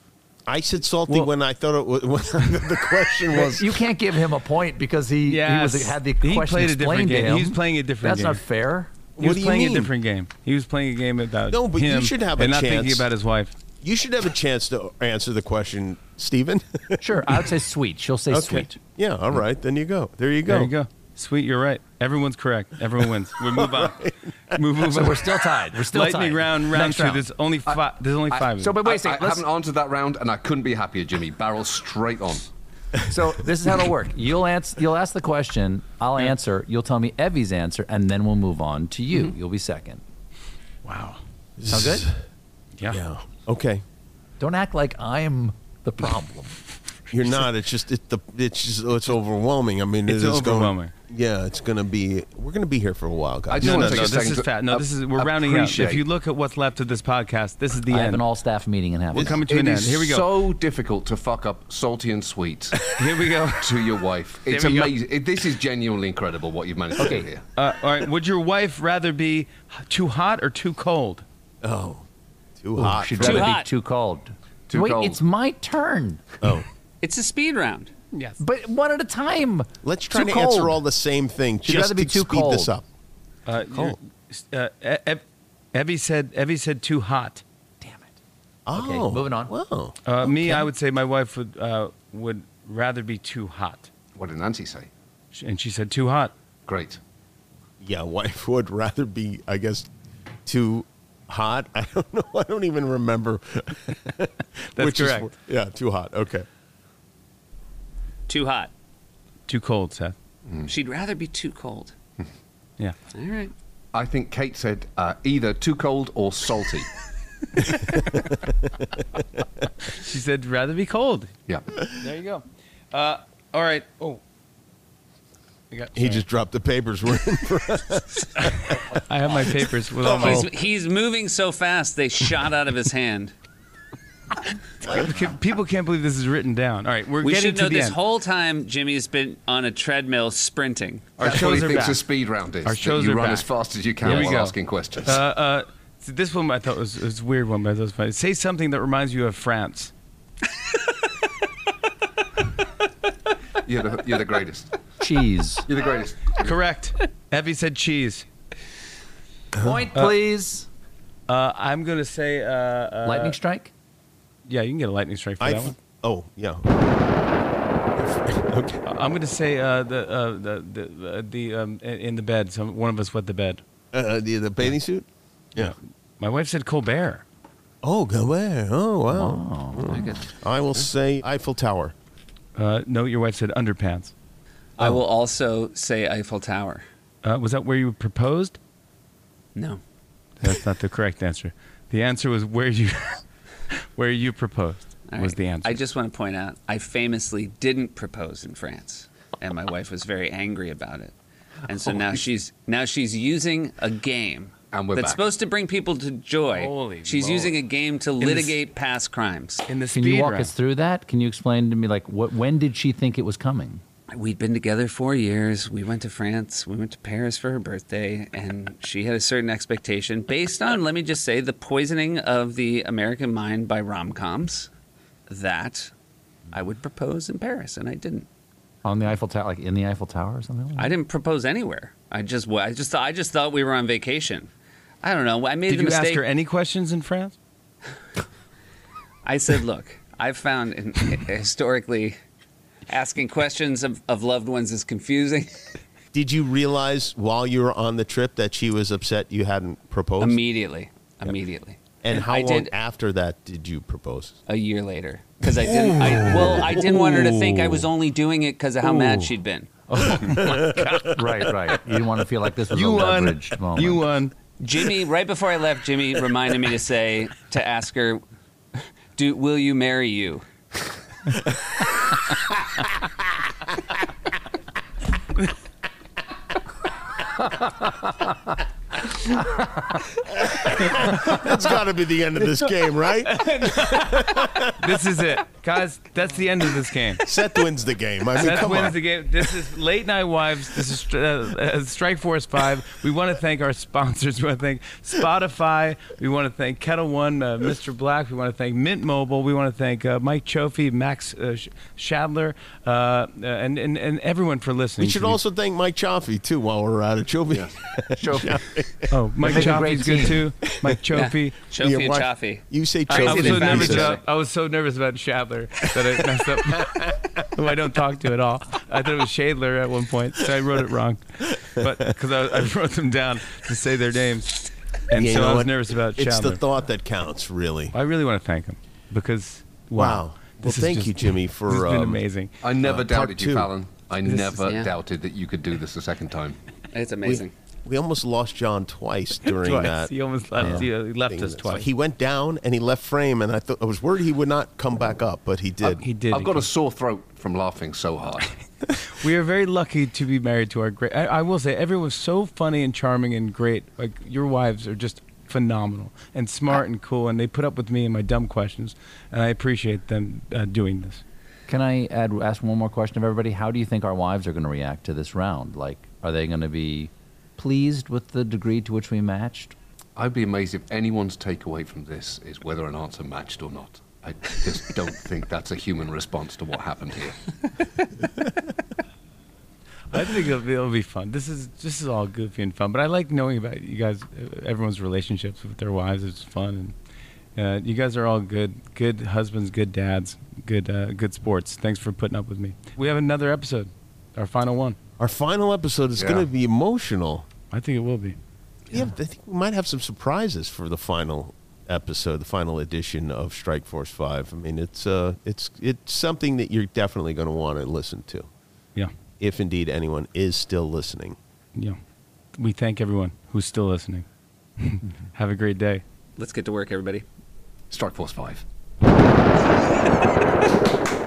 I said salty when I thought it was, when the question was.
You can't give him a point because he, he was,
Yes.
had the
He
question
played a different
explained
game.
to him.
He was playing a different
That's
game.
not fair.
He
What
was
do you
playing
mean?
a different game. He was playing a game about
No, but you
him
should have a
and not
chance.
thinking about his wife.
You should have a chance to answer the question, Stephen.
Sure, I would say sweet. She'll say sweet.
Yeah. All right. Then you go. There you go.
There you go. Sweet, you're right. Everyone's correct. Everyone wins. We move on. Move, move
So
on.
we're still tied. We're still
Lightning
tied.
round, round
Next
two. There's only five. there's only five. of
so,
them.
but wait a
I,
second.
I
let's-
haven't answered that round, and I couldn't be happier, Jimmy. Barrel straight on.
So this is how it'll work. You'll answer. You'll ask the question. I'll answer. You'll tell me Evie's answer, and then we'll move on to you. You'll be second.
wow.
Sound good?
Yeah.
Yeah. Okay.
Don't act like I'm the problem.
You're not. It's just it, the it's just oh, it's overwhelming. I mean,
It's
it is
overwhelming.
Going, yeah, it's gonna be. We're gonna be here for a while, guys.
I just
No,
wanna
no,
take
no.
a
This
second
is
to
fat. No, this is we're rounding out. If
appreciate-
you look at what's left of this podcast, this is the
I have
end.
an all-staff meeting and have
We're coming to an
It
end.
is
Here we go.
So difficult to fuck up salty and sweet
Here we go.
to your wife.
There
It's
we go.
amazing. It- this is genuinely incredible what you've managed to do here.
Uh, all right. Would your wife rather be too hot or too cold?
oh, too hot.
She'd
for
rather
me.
be too cold.
Too
wait,
cold.
it's my turn.
Oh,
It's a speed round.
Yes.
But one at a time.
let's try
Too
to
cold.
answer all the same thing.
She'd
just
rather be
to
too
speed this
cold.
up.
Uh,
Cold.
you're- Uh, E- E- Evie said. Evie said too hot.
Damn it.
Oh,
Okay, moving on.
Wow.
Uh, Me, I would say my wife would uh, would rather be too hot,
What did Nancy say?
She- and she said too hot.
Great.
Yeah, wife would rather be, I guess, too hot. I don't know. I don't even remember.
That's
Which
correct.
Is, yeah, too hot. Okay.
Too hot.
too cold, Seth.
She'd rather be too cold.
Yeah.
All right.
I think Kate said uh, either too cold or salty.
She said rather be cold.
yeah.
There you go. Uh, all right. Oh. I, got,
He just dropped the papers. We're in for
I have my papers with all my.
He's, he's moving so fast they shot out of his hand.
Oh.
People can't believe this is written down. All right, we're
We
getting
should
to
know
the
this
end.
whole time Jimmy's been on a treadmill sprinting.
Our
That's what
shows
he
are
thinks
back.
a speed round is.
Our
that
shows
you
are
run
back.
as fast as you
Here
can
we
while
go.
asking questions.
Uh, uh, so this one I thought was, was a weird one, but I thought it was funny. Say something that reminds you of France.
you're, the, you're the greatest.
Cheese.
You're the greatest.
Correct. Evie said cheese.
Point, please.
Uh, I'm gonna say. Uh, uh,
Lightning strike.
Yeah, you can get a lightning strike for
I
that one.
Oh, yeah. okay.
Uh, I'm gonna say uh, the, uh, the the the the um, i- in the bed. Some one of us wet the bed.
Uh, the, the bathing suit? Yeah.
My wife said Colbert.
Oh, go away. Oh, wow. I will say Eiffel Tower.
Uh, no, your wife said underpants.
I
Oh.
will also say Eiffel Tower.
Uh, was that where you proposed?
No.
That's not the correct answer. The answer was where you where you proposed
All
was
right.
the answer.
I just want to point out I famously didn't propose in France, and my wife was very angry about it. And
Oh.
so now she's now she's using a game
And we're
that's
back.
supposed to bring people to joy.
Holy
she's
moly.
using a game to
this-
litigate past crimes.
in the
Can
speed
you walk
round.
us through that? Can you explain to me like what? When did she think it was coming?
We'd been together four years. We went to France. We went to Paris for her birthday, and she had a certain expectation based on, let me just say, the poisoning of the American mind by rom coms that I would propose in Paris, and I didn't.
On the Eiffel Tower, like in the Eiffel Tower or something? Like that?
I didn't propose anywhere. I just, I just, I just thought we were on vacation. I don't know. I made
Did
the
you
mistake.
ask her any questions in France?
I said, look, I've found in, historically asking questions of, of loved ones is confusing.
Did you realize while you were on the trip that she was upset you hadn't proposed?
immediately, immediately.
and how
I
long
did-
after that did you propose?
a year later because I didn't. I, well, I didn't want her to think I was only doing it because of how mad she'd been.
right, right. You didn't want to feel like this was
You
a
won.
leveraged moment.
You won.
Jimmy, right before I left, Jimmy reminded me to say to ask her, "Do will you marry you?"
That's got to be the end of this game, right?
This is it, guys. That's the end of this game.
Seth wins the game. I mean,
That
come
wins
on.
the game. This is Late Night Wives. This is uh, uh, Strike Force 5. We want to thank our sponsors. We want to thank Spotify. We want to thank Kettle One, uh, Mr. Black. We want to thank Mint Mobile. We want to thank uh, Mike Chofi, Max uh, Sh- Shadler, uh, uh, and, and, and everyone for listening.
We should
to these-
also thank Mike Chaffee too while we're at it. Chaffee.
Oh, Mike
make a great
Chofi's good
team.
too. Mike Chofi.
Chofi
Yeah,
and
why-
Chaffee.
You say
I was,
Crazy
so
Chaffee.
than
nervous
Baxter.
about, I was so nervous about Shadler that I messed up who I don't talk to at all. I thought it was Shadler at one point, so I wrote it wrong. But because I, I wrote them down to say their names, and
You
so
know
I was
what?
nervous about
It's
Shadler.
the thought that counts, really.
I really want to thank him because wow.
Wow. Well,
This is
thank
just-
you, Jimmy, for
this has been
um,
amazing.
I never
part
doubted
two.
you, Fallon. I never
yeah.
doubted that you could do this a second time.
It's
We,
amazing.
we almost lost John twice during
Twice.
that.
he almost left. he left
thing.
us
So
twice.
He went down and he left frame, and I thought I was worried he would not come back up, but he did.
Uh, he did.
I've got a sore throat from laughing so hard.
We are very lucky to be married to our great. I, I will say, everyone was so funny and charming and great. Like your wives are just phenomenal and smart and cool, and they put up with me and my dumb questions, and I appreciate them uh, doing this.
Can I add, ask one more question of everybody? How do you think our wives are going to react to this round? Like, are they going to be pleased with the degree to which we matched?
I'd be amazed if anyone's takeaway from this is whether an answer matched or not. I just don't think that's a human response to what happened here.
I think it'll be, it'll be fun. This is this is all goofy and fun, but I like knowing about you guys, uh, everyone's relationships with their wives. It's fun, and uh, you guys are all good, good husbands, good dads, good uh, good sports. Thanks for putting up with me. We have another episode, our final one.
Our final episode is
Yeah.
going to be emotional.
I think it will be.
Yeah. I think we might have some surprises for the final episode, the final edition of Strike Force Five. I mean, it's uh, it's it's something that you're definitely going to want to listen to,
Yeah.
if indeed anyone is still listening.
yeah, we thank everyone who's still listening. Have a great day.
Let's get to work, everybody.
Strike Force 5.